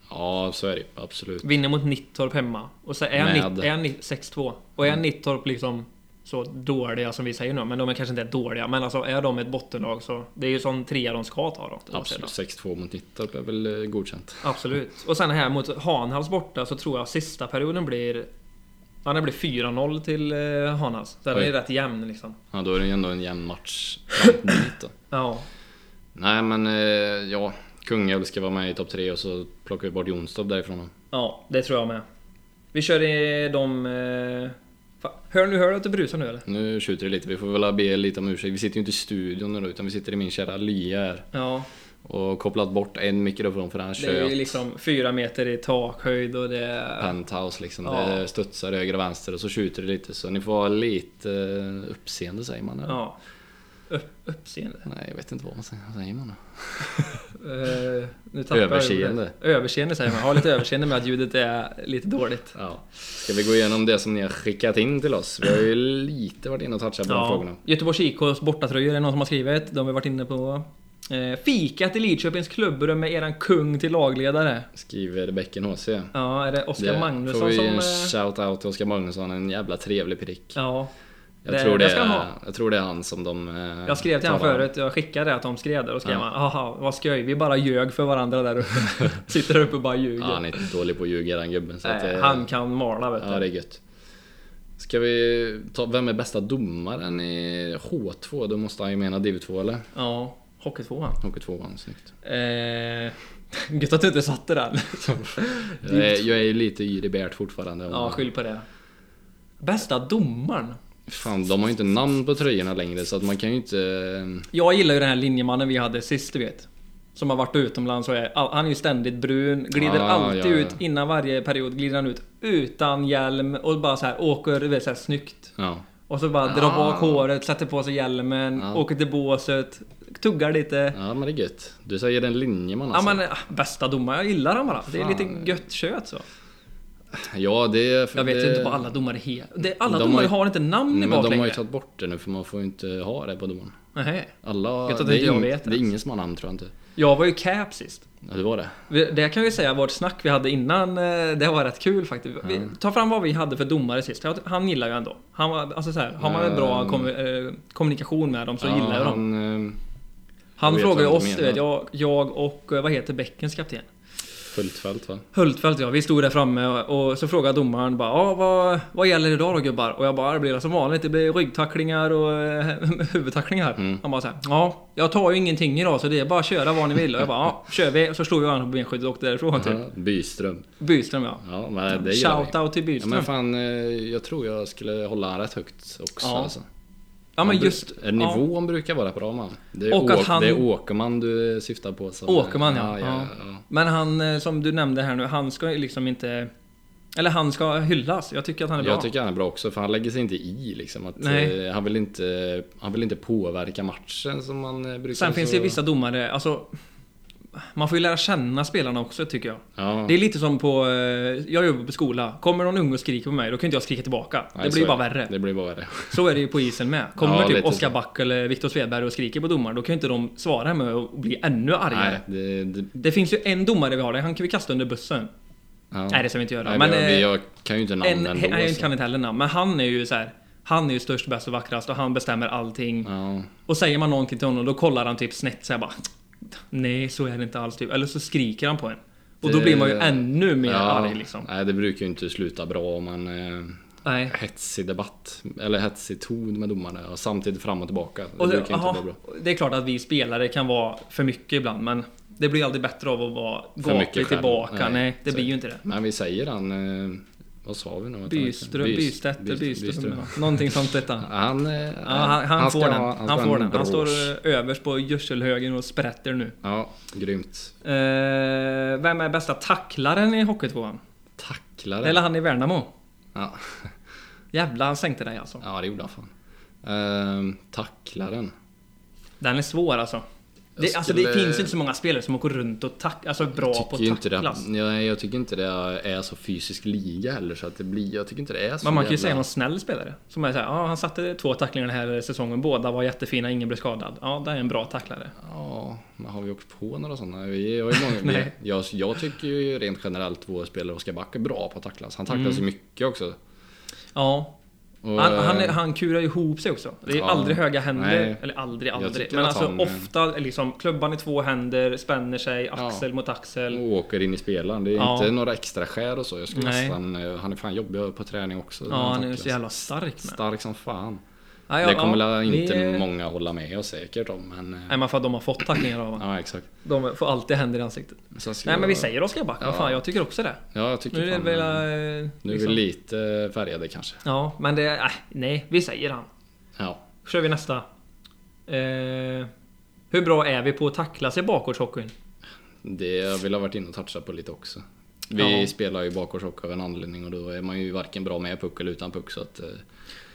Speaker 1: Ja, så är det ju, absolut.
Speaker 2: Vinner mot Nittorp hemma. Och så är,
Speaker 1: Med. Mm.
Speaker 2: Nitt, är Nitt, 6-2. Och är Nittorp liksom så dåliga som vi säger nu, men de är kanske inte dåliga. Men alltså är de ett bottenlag så... Det är ju sån trea de ska ta då. Åseda.
Speaker 1: Absolut. 6-2 mot Nittorp är väl eh, godkänt.
Speaker 2: Absolut. Och sen här mot Hanhals borta så tror jag sista perioden blir... Ja, den blir 4-0 till eh, Hanhals. Den
Speaker 1: Oj.
Speaker 2: är rätt jämn liksom.
Speaker 1: Ja, då är det ju ändå en jämn match fram dit då.
Speaker 2: Ja.
Speaker 1: [CLEARS THROAT] Nej, men eh, ja. Kungälv ska vara med i topp tre och så plockar vi bort Jonstorp därifrån. då.
Speaker 2: Ja, det tror jag med. Vi kör i de... Eh, fa- hör nu, hör du att det brusar nu eller?
Speaker 1: Nu tjuter det lite, vi får väl be lite om ursäkt. Vi sitter ju inte i studion nu då, utan vi sitter i min kära lya här.
Speaker 2: Ja,
Speaker 1: Och kopplat bort en mikrofon för han
Speaker 2: det är ju
Speaker 1: kör
Speaker 2: liksom fyra meter i takhöjd och det...
Speaker 1: penthouse liksom.
Speaker 2: Ja.
Speaker 1: Det studsar höger och vänster och så tjuter det lite. Så ni får ha lite eh, uppseende säger man. eller?
Speaker 2: Ja. Upp, uppseende.
Speaker 1: Nej, jag vet inte vad man säger. Vad säger man då?
Speaker 2: Eh, nu tappar jag
Speaker 1: Överseende.
Speaker 2: det. Överseende säger man. Ha lite överseende med att ljudet är lite dåligt.
Speaker 1: Ja. Ska vi gå igenom det som ni har skickat in till oss? Vi har ju lite varit inne och touchat på de frågorna.
Speaker 2: Göteborgs IKs bortatröjor är det någon som har skrivit. De har vi varit inne på. Eh, fikat i Lidköpings klubbrum med eran kung till lagledare.
Speaker 1: Skriver Bäcken HC.
Speaker 2: Ja, är det Oskar
Speaker 1: Det får
Speaker 2: Magnusson
Speaker 1: vi
Speaker 2: som...
Speaker 1: en
Speaker 2: eh,
Speaker 1: shout-out till Oskar Magnusson, en jävla trevlig prick.
Speaker 2: Ja.
Speaker 1: Jag,
Speaker 2: det-
Speaker 1: tror
Speaker 2: det
Speaker 1: det
Speaker 2: ska han
Speaker 1: är,
Speaker 2: ha.
Speaker 1: jag tror det är han som de... eh,
Speaker 2: Jag skrev till honom
Speaker 1: talar om.
Speaker 2: förut, jag skickade det att de skrev det. Då skrev
Speaker 1: Ja.
Speaker 2: han aha, vad skoj, vi bara ljög för varandra där
Speaker 1: [LAUGHS]
Speaker 2: uppe. Sitter där uppe och bara ljuger.
Speaker 1: Ja, han är inte dålig på att ljuga den gubben. Så att
Speaker 2: Nej,
Speaker 1: det,
Speaker 2: han kan mala vet du.
Speaker 1: Ja, det är gött. Ska vi ta, vem är bästa domaren i H2? Då måste han ju mena div 2 eller?
Speaker 2: Ja, Hockeytvåan.
Speaker 1: HK2, snyggt.
Speaker 2: Eh, gött att du inte
Speaker 1: [LAUGHS]
Speaker 2: satte den.
Speaker 1: Jag är, Eh, jag är ju lite yr i bärt fortfarande. om-
Speaker 2: ja, skyll på det. Bästa domaren?
Speaker 1: Fan, de har ju inte namn på tröjorna längre så att man kan ju inte... eh,
Speaker 2: Jag gillar ju den här linjemannen vi hade sist, du vet. Som har varit utomlands och är, all- han är ju ständigt brun, glider
Speaker 1: Ah, ja,
Speaker 2: alltid
Speaker 1: ja.
Speaker 2: ut innan varje period, glider han ut utan hjälm och bara så här åker, du vet, så här snyggt.
Speaker 1: Ja.
Speaker 2: Och så bara drar
Speaker 1: Ah.
Speaker 2: bak håret, sätter på sig hjälmen,
Speaker 1: Ja.
Speaker 2: åker till båset, tuggar lite.
Speaker 1: ja, men det är gött. Du säger en linjeman
Speaker 2: Ja
Speaker 1: alltså?
Speaker 2: men ah, bästa domare, jag gillar han bara. Det är
Speaker 1: Fan.
Speaker 2: lite gött kött så.
Speaker 1: Ja, det... är-
Speaker 2: Jag vet
Speaker 1: det-
Speaker 2: ju inte vad alla domare heter. Det- Alla
Speaker 1: De har
Speaker 2: domare
Speaker 1: ju-
Speaker 2: har, inte namn i
Speaker 1: Nej, men de har ju
Speaker 2: baklängden.
Speaker 1: tagit bort det nu för man får ju inte ha det på domaren.
Speaker 2: Nähä.
Speaker 1: Alla...
Speaker 2: Vet att
Speaker 1: det,
Speaker 2: inte jag
Speaker 1: är
Speaker 2: vet
Speaker 1: det är
Speaker 2: ens.
Speaker 1: ingen som har namn tror jag inte.
Speaker 2: Jag var ju cap sist.
Speaker 1: Ja, det var det.
Speaker 2: Vi- Det kan vi säga, vårt snack vi hade innan, eh, det var rätt kul faktiskt. Vi,
Speaker 1: Mm.
Speaker 2: ta fram vad vi hade för domare sist. Jag- Han gillar ju ändå. Han var, alltså så här, har man en bra
Speaker 1: Mm.
Speaker 2: kom, eh, kommunikation med dem så
Speaker 1: Ja,
Speaker 2: gillar ju
Speaker 1: han,
Speaker 2: dem.
Speaker 1: eh, jag
Speaker 2: Han
Speaker 1: vet
Speaker 2: frågade ju
Speaker 1: vad
Speaker 2: oss,
Speaker 1: du
Speaker 2: du
Speaker 1: menar.
Speaker 2: vet, jag, jag och, eh, vad heter Bäckens kapten?
Speaker 1: Hultfeldt va?
Speaker 2: Hultfeldt ja, vi stod där framme och, och så frågade domaren bara ah, vad, vad gäller idag då gubbar? Och jag bara det blir som vanligt, det blir ryggtacklingar och eh, [LAUGHS] huvudtacklingar.
Speaker 1: Mm.
Speaker 2: Han bara såhär, ja jag tar ju ingenting idag så det är bara att köra vad ni vill. Och jag bara
Speaker 1: [LAUGHS]
Speaker 2: ja, kör vi. Så slog jag honom på benskyddet och åkte därifrån typ.
Speaker 1: Ja, Byström.
Speaker 2: Byström ja.
Speaker 1: Mm. Ja, men det gillar vi.
Speaker 2: Shoutout till
Speaker 1: Ja,
Speaker 2: Byström.
Speaker 1: men fan, eh, jag tror jag skulle hålla han rätt högt också.
Speaker 2: Ja.
Speaker 1: Alltså. Han bru-
Speaker 2: just... ja.
Speaker 1: Nivån brukar vara bra man. Det är,
Speaker 2: Och att
Speaker 1: Åk-
Speaker 2: han-
Speaker 1: det är Åkerman du syftar på. Som,
Speaker 2: Åkerman ja.
Speaker 1: ja, ja, ja.
Speaker 2: Men han eh, som du nämnde här nu, han ska ju liksom inte... Eller han ska hyllas. Jag tycker att han är bra.
Speaker 1: Jag tycker han är bra också för han lägger sig inte i liksom. Att,
Speaker 2: Nej.
Speaker 1: eh, han, vill inte, han vill inte påverka matchen som man eh, brukar
Speaker 2: Sen finns
Speaker 1: så-
Speaker 2: det ju vissa domare, alltså... Man får ju lära känna spelarna också tycker jag.
Speaker 1: Ja,
Speaker 2: Det är lite som på... eh, Jag jobbar på skola. Kommer någon unge och skriker på mig, då kan inte jag skrika tillbaka.
Speaker 1: nej,
Speaker 2: det
Speaker 1: så
Speaker 2: blir ju bara
Speaker 1: är
Speaker 2: värre.
Speaker 1: Det blir bara värre.
Speaker 2: Så är det ju på isen med. Kommer
Speaker 1: Ja,
Speaker 2: typ
Speaker 1: lite
Speaker 2: Oskar
Speaker 1: så.
Speaker 2: Back eller Viktor Svedberg och skriker på domaren, då kan ju inte de svara med att bli ännu argare.
Speaker 1: Nej, det, det,
Speaker 2: Det finns ju en domare vi har, han kan vi kasta under bussen.
Speaker 1: ja.
Speaker 2: Nej, det ska vi inte göra.
Speaker 1: Nej,
Speaker 2: men
Speaker 1: men,
Speaker 2: eh,
Speaker 1: vi- jag kan ju inte
Speaker 2: en,
Speaker 1: namnen
Speaker 2: he-
Speaker 1: ändå.
Speaker 2: nej, jag
Speaker 1: så-
Speaker 2: kan inte heller namn, men han är ju så här. Han är ju störst, bäst och vackrast och han bestämmer allting.
Speaker 1: Ja.
Speaker 2: Och säger man någonting till honom, då kollar han typ snett så här bara. Nej, så är det inte alls typ. Eller så skriker han på en. Och då
Speaker 1: Det-
Speaker 2: blir man ju ännu mer
Speaker 1: Ja,
Speaker 2: arg liksom.
Speaker 1: Nej, det brukar ju inte sluta bra om man... Eh,
Speaker 2: Nej.
Speaker 1: hetsig debatt, eller hetsig ton med domarna och samtidigt fram och tillbaka. Det
Speaker 2: Och det,
Speaker 1: brukar
Speaker 2: aha,
Speaker 1: inte vara bra.
Speaker 2: det är klart att vi spelare kan vara för mycket ibland, men det blir aldrig bättre av att vara
Speaker 1: mycket
Speaker 2: gapig
Speaker 1: skärm.
Speaker 2: tillbaka. Nej,
Speaker 1: Nej,
Speaker 2: det
Speaker 1: så-
Speaker 2: blir ju inte det.
Speaker 1: Men vi säger han... Eh, vad sa vi nu? Att han heter?
Speaker 2: Byström,
Speaker 1: Bys-
Speaker 2: Bystedt,
Speaker 1: Byst-
Speaker 2: Byström.
Speaker 1: Byström.
Speaker 2: ja. Någonting
Speaker 1: [LAUGHS]
Speaker 2: sånt detta.
Speaker 1: Han, eh,
Speaker 2: Ja, han, han,
Speaker 1: ska
Speaker 2: får den.
Speaker 1: ha-
Speaker 2: han,
Speaker 1: ska ha
Speaker 2: får
Speaker 1: en
Speaker 2: den. Han står
Speaker 1: brosch.
Speaker 2: eh, överst på gödselhögen och sprätter nu.
Speaker 1: Ja, grymt.
Speaker 2: Eh, vem är bästa tacklaren i Hockeytvåan?
Speaker 1: Tacklare.
Speaker 2: Eller han i Värnamo?
Speaker 1: Ja.
Speaker 2: Jävlar, han sänkte dig alltså.
Speaker 1: ja, det gjorde han fan. Ehm, tacklaren.
Speaker 2: Den är svår alltså. Det,
Speaker 1: Jag
Speaker 2: alltså, det
Speaker 1: skulle-
Speaker 2: finns inte så många spelare som åker runt och tack, alltså, är bra på
Speaker 1: tycker ju
Speaker 2: att
Speaker 1: inte det.
Speaker 2: tacklas.
Speaker 1: Jag, jag tycker inte det är så fysisk liga heller så att det blir, jag tycker inte det är så
Speaker 2: Men man kan ju
Speaker 1: jävla-
Speaker 2: säga någon snäll spelare. Som är såhär, ja han satte två tacklingar den här säsongen, båda var jättefina, ingen blev skadad. Ja, det är en bra tacklare.
Speaker 1: Ja, men har vi åkt på några sådana? Vi
Speaker 2: [LAUGHS]
Speaker 1: har ju många, vi,
Speaker 2: Nej.
Speaker 1: jag, jag tycker ju rent generellt vår spelare Oskar Back är bra på att tacklas. Han tacklas ju mycket också.
Speaker 2: Ja,
Speaker 1: Och,
Speaker 2: Mm. han, han, är,
Speaker 1: eh,
Speaker 2: han kurar ihop sig också. Det är
Speaker 1: Ja.
Speaker 2: aldrig höga händer,
Speaker 1: Nej.
Speaker 2: eller aldrig,
Speaker 1: Jag
Speaker 2: aldrig.
Speaker 1: tycker
Speaker 2: Men
Speaker 1: att
Speaker 2: alltså
Speaker 1: han-
Speaker 2: ofta liksom klubban i två händer, spänner sig, axel mot axel.
Speaker 1: och åker in i spelaren. Det är
Speaker 2: Ja.
Speaker 1: inte några extra skär och så. Jag skulle
Speaker 2: Nej.
Speaker 1: nästan, eh, han är fan jobbig på träning också. när
Speaker 2: Ja, han är
Speaker 1: tacklas.
Speaker 2: så jävla stark med.
Speaker 1: Stark som fan.
Speaker 2: Ja, ja,
Speaker 1: det kommer
Speaker 2: ja,
Speaker 1: väl inte
Speaker 2: det-
Speaker 1: många hålla med oss säkert om. Men, eh,
Speaker 2: Nej, men för att de har fått tacklingar av honom.
Speaker 1: ja, exakt.
Speaker 2: De får alltid händer i ansiktet.
Speaker 1: Sen skulle
Speaker 2: Nej, men vi
Speaker 1: jag-
Speaker 2: säger Oskar Back. Vad
Speaker 1: Ja.
Speaker 2: fan, jag tycker också det.
Speaker 1: Ja, jag tycker
Speaker 2: Nu är det
Speaker 1: fan,
Speaker 2: väl...
Speaker 1: eh,
Speaker 2: eh,
Speaker 1: nu är vi
Speaker 2: liksom-
Speaker 1: lite färgade kanske.
Speaker 2: Ja, men det... Nej, nej, vi säger han.
Speaker 1: Ja.
Speaker 2: kör vi nästa. Eh, hur bra är vi på att tackla sig bakåtshockeyn?
Speaker 1: Det jag vill ha varit inne och touchat på lite också. Vi
Speaker 2: Ja.
Speaker 1: spelar ju bakårshockey av en anledning och då är man ju varken bra med puck eller utan puck så att... eh,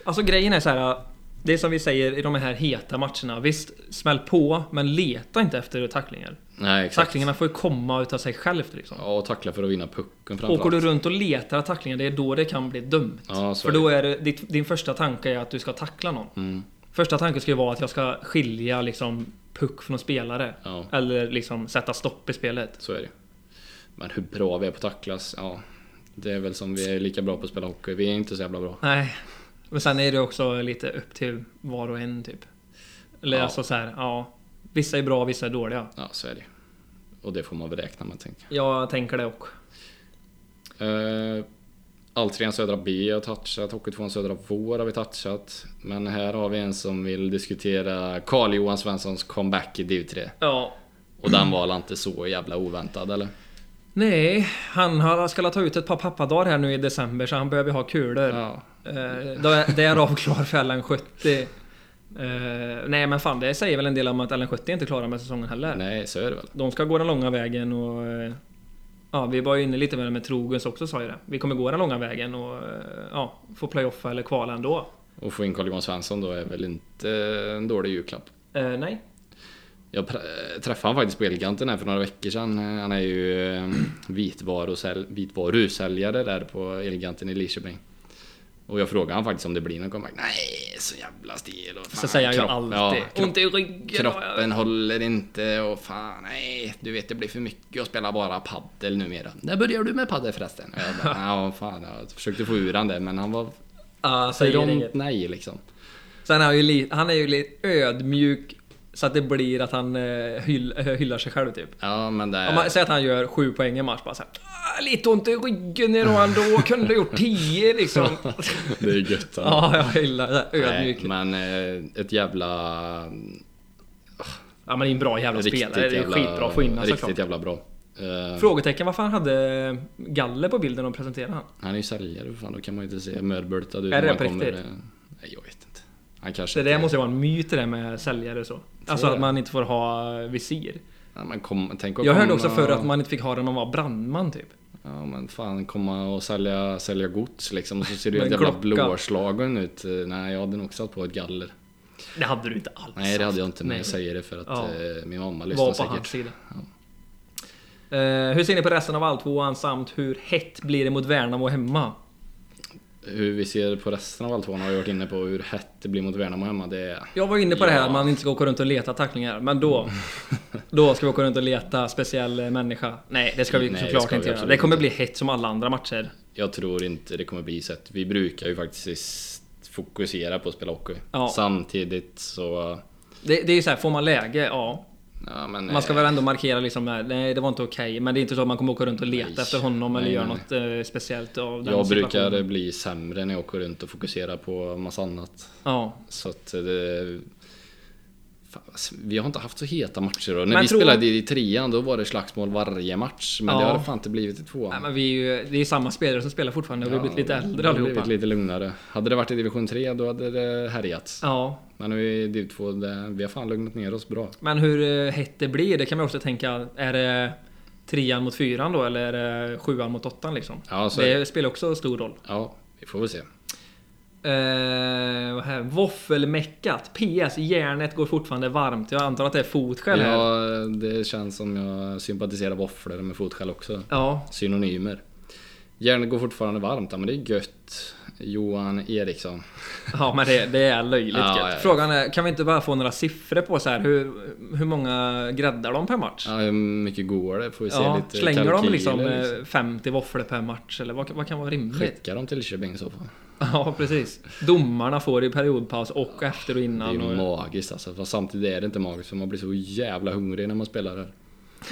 Speaker 2: Alltså grejen är så här. Det är som vi säger i de här heta matcherna. Visst, smäll på, men leta inte efter tacklingar.
Speaker 1: Nej exakt.
Speaker 2: Tacklingarna får ju komma utav sig självt liksom.
Speaker 1: Ja, och tackla för att vinna pucken
Speaker 2: Åker du
Speaker 1: framförallt.
Speaker 2: runt och letar tacklingar, det är då det kan bli dumt.
Speaker 1: Ja, så
Speaker 2: För
Speaker 1: är det.
Speaker 2: då är det, ditt, din första tanke är att du ska tackla någon.
Speaker 1: Mm.
Speaker 2: Första tanken ska ju vara att jag ska skilja liksom puck från spelare.
Speaker 1: Ja,
Speaker 2: Eller liksom sätta stopp i spelet.
Speaker 1: så är det. Men hur bra vi är på att tacklas, ja. Det är väl som vi är lika bra på att spela hockey. Vi är inte så jävla bra.
Speaker 2: Nej. Men sen är det också lite upp till var och en typ. Eller
Speaker 1: Ja.
Speaker 2: alltså så här, ja. Vissa är bra, vissa är dåliga.
Speaker 1: Ja, så är det. Och det får man väl räkna med tänker
Speaker 2: Jag tänker det också.
Speaker 1: jag. Eh, Alltrean Södra B har touchat, Hockeytvåan Södra Vår har vi touchat. Men här har vi en som vill diskutera Karl-Johan Svenssons comeback i Div 3.
Speaker 2: Ja.
Speaker 1: Och den var väl inte så jävla oväntad eller?
Speaker 2: Nej, han har, ska ta ut ett par pappadagar här nu i december så han behöver ha kulor.
Speaker 1: Ja.
Speaker 2: Eh, då är- därav klar för LN70. Eh, nej men fan, det säger väl en del om att LN70 inte klarar med säsongen heller.
Speaker 1: Nej, så är det väl.
Speaker 2: De ska gå den långa vägen och... eh, Ja, vi var ju inne lite med det med Trogens också sa ju det. Vi kommer gå den långa vägen och eh, ja, få playoffa eller kvala ändå.
Speaker 1: Och få in Carl-Johan Svensson då är väl inte en dålig julklapp.
Speaker 2: Eh, nej.
Speaker 1: Jag pra- träffade han faktiskt på Elgiganten här för några veckor sedan. Han är ju eh, [CLEARS THROAT] vitvarusäl- vitvarusäljare där på Elgiganten i Lidköping. Och jag frågade han faktiskt om det blir någon comeback. Nej, så jävla stel och fan,
Speaker 2: Så säger jag ju
Speaker 1: kropp-
Speaker 2: alltid.
Speaker 1: Ja, kropp-
Speaker 2: Ont i ryggen.
Speaker 1: kroppen håller inte och fan nej, du vet det blir för mycket att spela bara paddel numera. När börjar du med paddel förresten? Och jag
Speaker 2: [LAUGHS]
Speaker 1: bara, ja, fan, jag försökte få ur han det men han var
Speaker 2: Ja, Ah, säger
Speaker 1: prompt
Speaker 2: inget.
Speaker 1: nej liksom.
Speaker 2: Sen är han ju lite, han är ju lite ödmjuk. Så att det blir att han eh, hyll, eh, hyllar sig själv typ.
Speaker 1: Ja men det...
Speaker 2: Om man säger att han gör sju poäng i match bara såhär. Lite ont i ryggen
Speaker 1: [LAUGHS]
Speaker 2: idag ändå. Kunde ha gjort tio liksom.
Speaker 1: det är
Speaker 2: [LAUGHS]
Speaker 1: gött. alltså. han.
Speaker 2: ja, jag gillar det. där, Ödmjuk.
Speaker 1: nej, men eh, ett jävla...
Speaker 2: Ja men det är en bra jävla spelare. Det är skitbra att få in alltså, honom
Speaker 1: Riktigt
Speaker 2: såklart.
Speaker 1: jävla bra. Eh,
Speaker 2: Frågetecken varför han hade galler på bilden och presenterade han.
Speaker 1: han är ju säljare för fan, då kan man ju inte se mörbultad ut
Speaker 2: Är det
Speaker 1: när man
Speaker 2: på
Speaker 1: kommer.
Speaker 2: riktigt?
Speaker 1: eh, Nej jag vet inte. Han kanske
Speaker 2: Det där
Speaker 1: inte-
Speaker 2: måste ju vara en myt det där med säljare och så. Alltså
Speaker 1: jag.
Speaker 2: att man inte får ha visir.
Speaker 1: Ja, men kom, tänk att
Speaker 2: Jag hörde
Speaker 1: komma-
Speaker 2: också förr att man inte fick ha det när man var brandman typ.
Speaker 1: Ja men fan komma och sälja, sälja gods liksom och så ser du
Speaker 2: Med
Speaker 1: helt
Speaker 2: en
Speaker 1: jävla
Speaker 2: klocka.
Speaker 1: blåslagen ut. Eh, Nej jag hade nog satt på ett galler.
Speaker 2: Det hade du inte alls.
Speaker 1: Nej det hade jag inte men
Speaker 2: Nej.
Speaker 1: jag säger det för att
Speaker 2: Ja.
Speaker 1: eh, min mamma
Speaker 2: Var
Speaker 1: lyssnar
Speaker 2: på
Speaker 1: säkert.
Speaker 2: hans sida. Eh, hur ser ni på resten av alltvåan samt hur hett blir det mot Värnamo hemma?
Speaker 1: Hur vi ser på resten av alltvåan har jag varit inne på hur hett det blir mot Värnamo hemma. Det är...
Speaker 2: Jag var inne på det här
Speaker 1: Ja.
Speaker 2: att man inte ska åka runt och leta tacklingar,
Speaker 1: [LAUGHS]
Speaker 2: men då... Då ska vi åka runt och leta speciell eh, människa. Nej, det ska vi
Speaker 1: Nej, det
Speaker 2: såklart
Speaker 1: ska vi
Speaker 2: inte göra.
Speaker 1: absolut
Speaker 2: Det kommer bli hett som alla andra matcher.
Speaker 1: Jag tror inte det kommer bli så att vi brukar ju faktiskt fokusera på att spela hockey.
Speaker 2: Ja.
Speaker 1: Samtidigt så...
Speaker 2: Det, det är ju såhär, får man läge? Ja.
Speaker 1: Ja, men,
Speaker 2: Man ska
Speaker 1: eh,
Speaker 2: väl ändå markera liksom, nej, nej det var inte okej. Men det är inte så att man kommer åka runt och leta
Speaker 1: Nej.
Speaker 2: efter honom eller
Speaker 1: Nej,
Speaker 2: göra
Speaker 1: nej.
Speaker 2: något eh, speciellt av den
Speaker 1: Jag
Speaker 2: situationen.
Speaker 1: brukar bli sämre när jag åker runt och fokuserar på massa annat.
Speaker 2: Ja.
Speaker 1: Så att det... Fan, alltså, vi har inte haft så heta matcher då. När
Speaker 2: Men
Speaker 1: vi
Speaker 2: tror-
Speaker 1: spelade i trean då var det slagsmål varje match. Men det
Speaker 2: Ja.
Speaker 1: har det fan inte blivit i tvåan.
Speaker 2: Nej, men vi är ju, det är samma spelare som spelar fortfarande och vi har blivit lite
Speaker 1: Ja,
Speaker 2: äldre
Speaker 1: det har
Speaker 2: allihopa.
Speaker 1: blivit lite lugnare. Hade det varit i division 3 då hade det härjats.
Speaker 2: Ja,
Speaker 1: Men nu i div 2, det- vi har fan lugnat ner oss bra.
Speaker 2: men hur eh, hett det blir, det kan man också tänka. Är det trean mot fyran då eller är det sjuan mot åttan liksom?
Speaker 1: Ja, så är
Speaker 2: det spelar också stor roll.
Speaker 1: Ja, vi får väl se.
Speaker 2: Eh, vad här? Våffelmäckat. PS. Järnet går fortfarande varmt. Jag antar att det är fotskäl här.
Speaker 1: Ja, det känns som jag sympatiserar våfflor med fotskäl också.
Speaker 2: Ja.
Speaker 1: Synonymer. Järnet går fortfarande varmt, ja, men det är gött. Johan Eriksson.
Speaker 2: ja, men det, det är löjligt
Speaker 1: Ja,
Speaker 2: gött.
Speaker 1: ja.
Speaker 2: Frågan är, kan vi inte bara få några siffror på så här hur, hur många gräddar de per match?
Speaker 1: Ja, hur mycket går det? Får vi se
Speaker 2: Ja,
Speaker 1: lite
Speaker 2: slänger de
Speaker 1: kalkyler,
Speaker 2: liksom eh, 50 våfflor per match eller vad, vad kan vara rimligt?
Speaker 1: Skicka dem till Köping i så fall.
Speaker 2: [LAUGHS] Ja, precis. Domarna får i periodpaus och efter och
Speaker 1: Det är ju
Speaker 2: innan. Och,
Speaker 1: magiskt alltså. Fast samtidigt är det inte magiskt för man blir så jävla hungrig när man spelar här.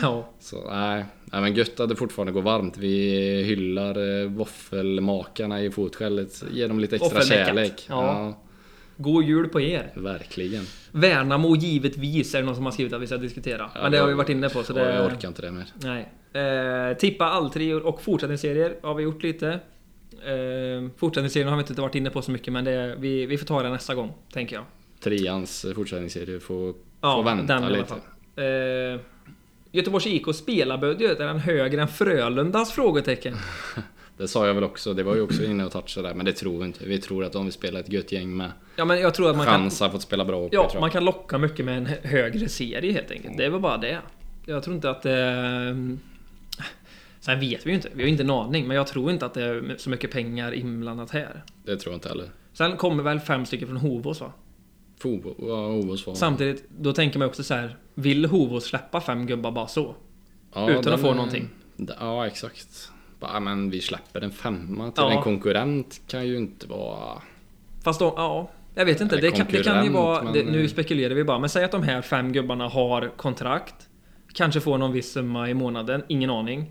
Speaker 2: ja.
Speaker 1: Så nej, nej men gött att det fortfarande går varmt. Vi hyllar eh, våffelmakarna i fotskället. Ge dem lite extra
Speaker 2: Våffelmäckat.
Speaker 1: kärlek.
Speaker 2: Ja. God jul på er!
Speaker 1: Ja, verkligen.
Speaker 2: Värnamo givetvis är det någon som har skrivit att vi ska diskutera.
Speaker 1: Ja,
Speaker 2: Men det har vi
Speaker 1: jag-
Speaker 2: varit inne på så
Speaker 1: Ja, Jag
Speaker 2: det...
Speaker 1: orkar inte det mer.
Speaker 2: Nej. Eh, tippa alltrior och fortsättningsserier har vi gjort lite. Eh, fortsättningsserien har vi inte varit inne på så mycket men det, vi, vi får ta det nästa gång, tänker jag.
Speaker 1: Treans eh, fortsättningsserie får, får vänta
Speaker 2: den i alla
Speaker 1: lite.
Speaker 2: fall. Eh, Göteborgs IK spelarbudget, är den högre än Frölundas? Frågetecken.
Speaker 1: Det sa jag väl också. Det var ju också inne och touchade där. Men det tror vi inte. Vi tror att om vi spelar ett gött gäng med
Speaker 2: Ja men jag tror att man kan...
Speaker 1: chansar på att spela bra upp,
Speaker 2: Ja,
Speaker 1: jag tror.
Speaker 2: man kan locka mycket med en hö- högre serie helt enkelt. Det är väl bara det. Jag tror inte att det... Sen vet vi ju inte, vi har ju inte en aning, men jag tror inte att det är så mycket pengar inblandat här.
Speaker 1: Det tror jag inte heller.
Speaker 2: Sen kommer väl fem stycken från Hovås va?
Speaker 1: Fobo, ja, Ovos var...
Speaker 2: Samtidigt, då tänker man ju också så här. Vill Hovås släppa fem gubbar bara så?
Speaker 1: Ja,
Speaker 2: Utan att
Speaker 1: den-
Speaker 2: få någonting.
Speaker 1: Ja, exakt. Bara, men vi släpper en femma till
Speaker 2: Ja.
Speaker 1: en konkurrent kan ju inte vara...
Speaker 2: Fast de, ja... Jag vet inte,
Speaker 1: Eller
Speaker 2: det kan, det kan ju
Speaker 1: konkurrent,
Speaker 2: vara...
Speaker 1: men,
Speaker 2: det, nu
Speaker 1: eh.
Speaker 2: spekulerar vi bara, men säg att de här fem gubbarna har kontrakt. Kanske får någon viss summa i månaden, ingen aning.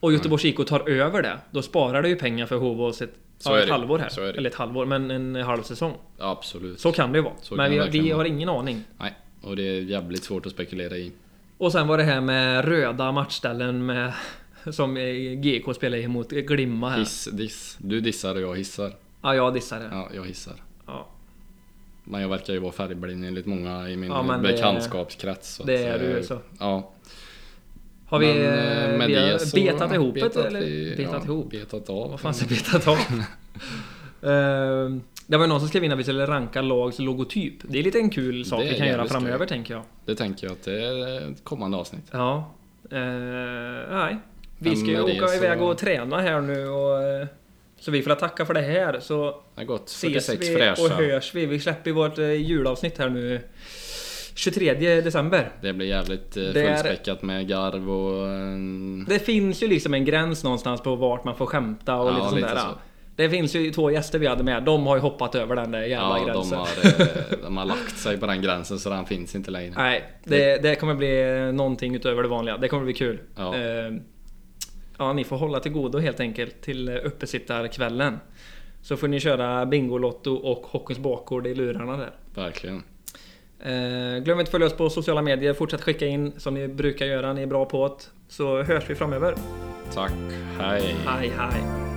Speaker 2: Och Göteborgs IK tar över det. Då sparar det ju pengar för Hovås ett,
Speaker 1: Mm. Så
Speaker 2: ja,
Speaker 1: är
Speaker 2: ett
Speaker 1: det.
Speaker 2: halvår här.
Speaker 1: Så är det.
Speaker 2: Eller ett halvår, men en halv säsong.
Speaker 1: Ja, absolut.
Speaker 2: Så kan det ju vara.
Speaker 1: Så
Speaker 2: men
Speaker 1: kan
Speaker 2: vi,
Speaker 1: det
Speaker 2: vi
Speaker 1: verkligen
Speaker 2: har
Speaker 1: vara.
Speaker 2: ingen aning.
Speaker 1: Nej, och det är jävligt svårt att spekulera i.
Speaker 2: Och sen var det här med röda matchställen med, som eh, GK spelar emot eh, Glimma här.
Speaker 1: Hiss, diss. Du dissar och jag hissar.
Speaker 2: Ja, jag dissade. Ja.
Speaker 1: Ja, jag hissar.
Speaker 2: Ja.
Speaker 1: Men jag verkar ju vara färgblind enligt många i min
Speaker 2: Ja, men det-
Speaker 1: bekantskapskrets. så
Speaker 2: det
Speaker 1: att,
Speaker 2: är du,
Speaker 1: eh,
Speaker 2: så.
Speaker 1: Ja.
Speaker 2: Har vi,
Speaker 1: Men,
Speaker 2: eh,
Speaker 1: eh, med
Speaker 2: vi har
Speaker 1: det så
Speaker 2: betat ihop
Speaker 1: betat
Speaker 2: det eller?
Speaker 1: vi-
Speaker 2: betat
Speaker 1: ja,
Speaker 2: ihop?
Speaker 1: Betat av.
Speaker 2: Vad fan ska betat av? [LAUGHS] Ehm, det var ju någon som skrev in att vi skulle ranka lags logotyp. Det är lite en kul sak
Speaker 1: Det är
Speaker 2: vi kan göra
Speaker 1: jävligt skoj.
Speaker 2: framöver tänker jag.
Speaker 1: Det tänker jag att det är ett kommande avsnitt.
Speaker 2: Ja. Ehm, nej. Vi
Speaker 1: Men
Speaker 2: ska ju
Speaker 1: med det
Speaker 2: åka
Speaker 1: så-
Speaker 2: iväg och träna här nu och... eh, Så vi får väl tacka för det här så
Speaker 1: Det har gått
Speaker 2: ses
Speaker 1: 46
Speaker 2: vi och
Speaker 1: fräscha.
Speaker 2: hörs vi. Vi släpper ju vårt eh, julavsnitt här nu 23 december.
Speaker 1: Det blir jävligt eh,
Speaker 2: Det är-
Speaker 1: fullspäckat med garv och... eh, en-
Speaker 2: Det finns ju liksom en gräns någonstans på vart man får skämta och
Speaker 1: Ja,
Speaker 2: lite sånt
Speaker 1: lite
Speaker 2: där.
Speaker 1: så.
Speaker 2: Det finns ju två gäster vi hade med, de har ju hoppat över den där jävla
Speaker 1: Ja, de
Speaker 2: gränsen.
Speaker 1: har, eh, de har lagt sig på den gränsen så den finns inte längre.
Speaker 2: Nej, det, det kommer bli någonting utöver det vanliga. Det kommer bli kul.
Speaker 1: Ja.
Speaker 2: Eh, ja, ni får hålla till godo helt enkelt till eh, uppesittarkvällen. Så får ni köra Bingolotto och Hockeyns bakgård i lurarna där.
Speaker 1: Verkligen.
Speaker 2: Eh, glöm inte att följa oss på sociala medier. Fortsätt skicka in som ni brukar göra, ni är bra på det. Så hörs vi framöver.
Speaker 1: Tack, hej.
Speaker 2: Hej hej!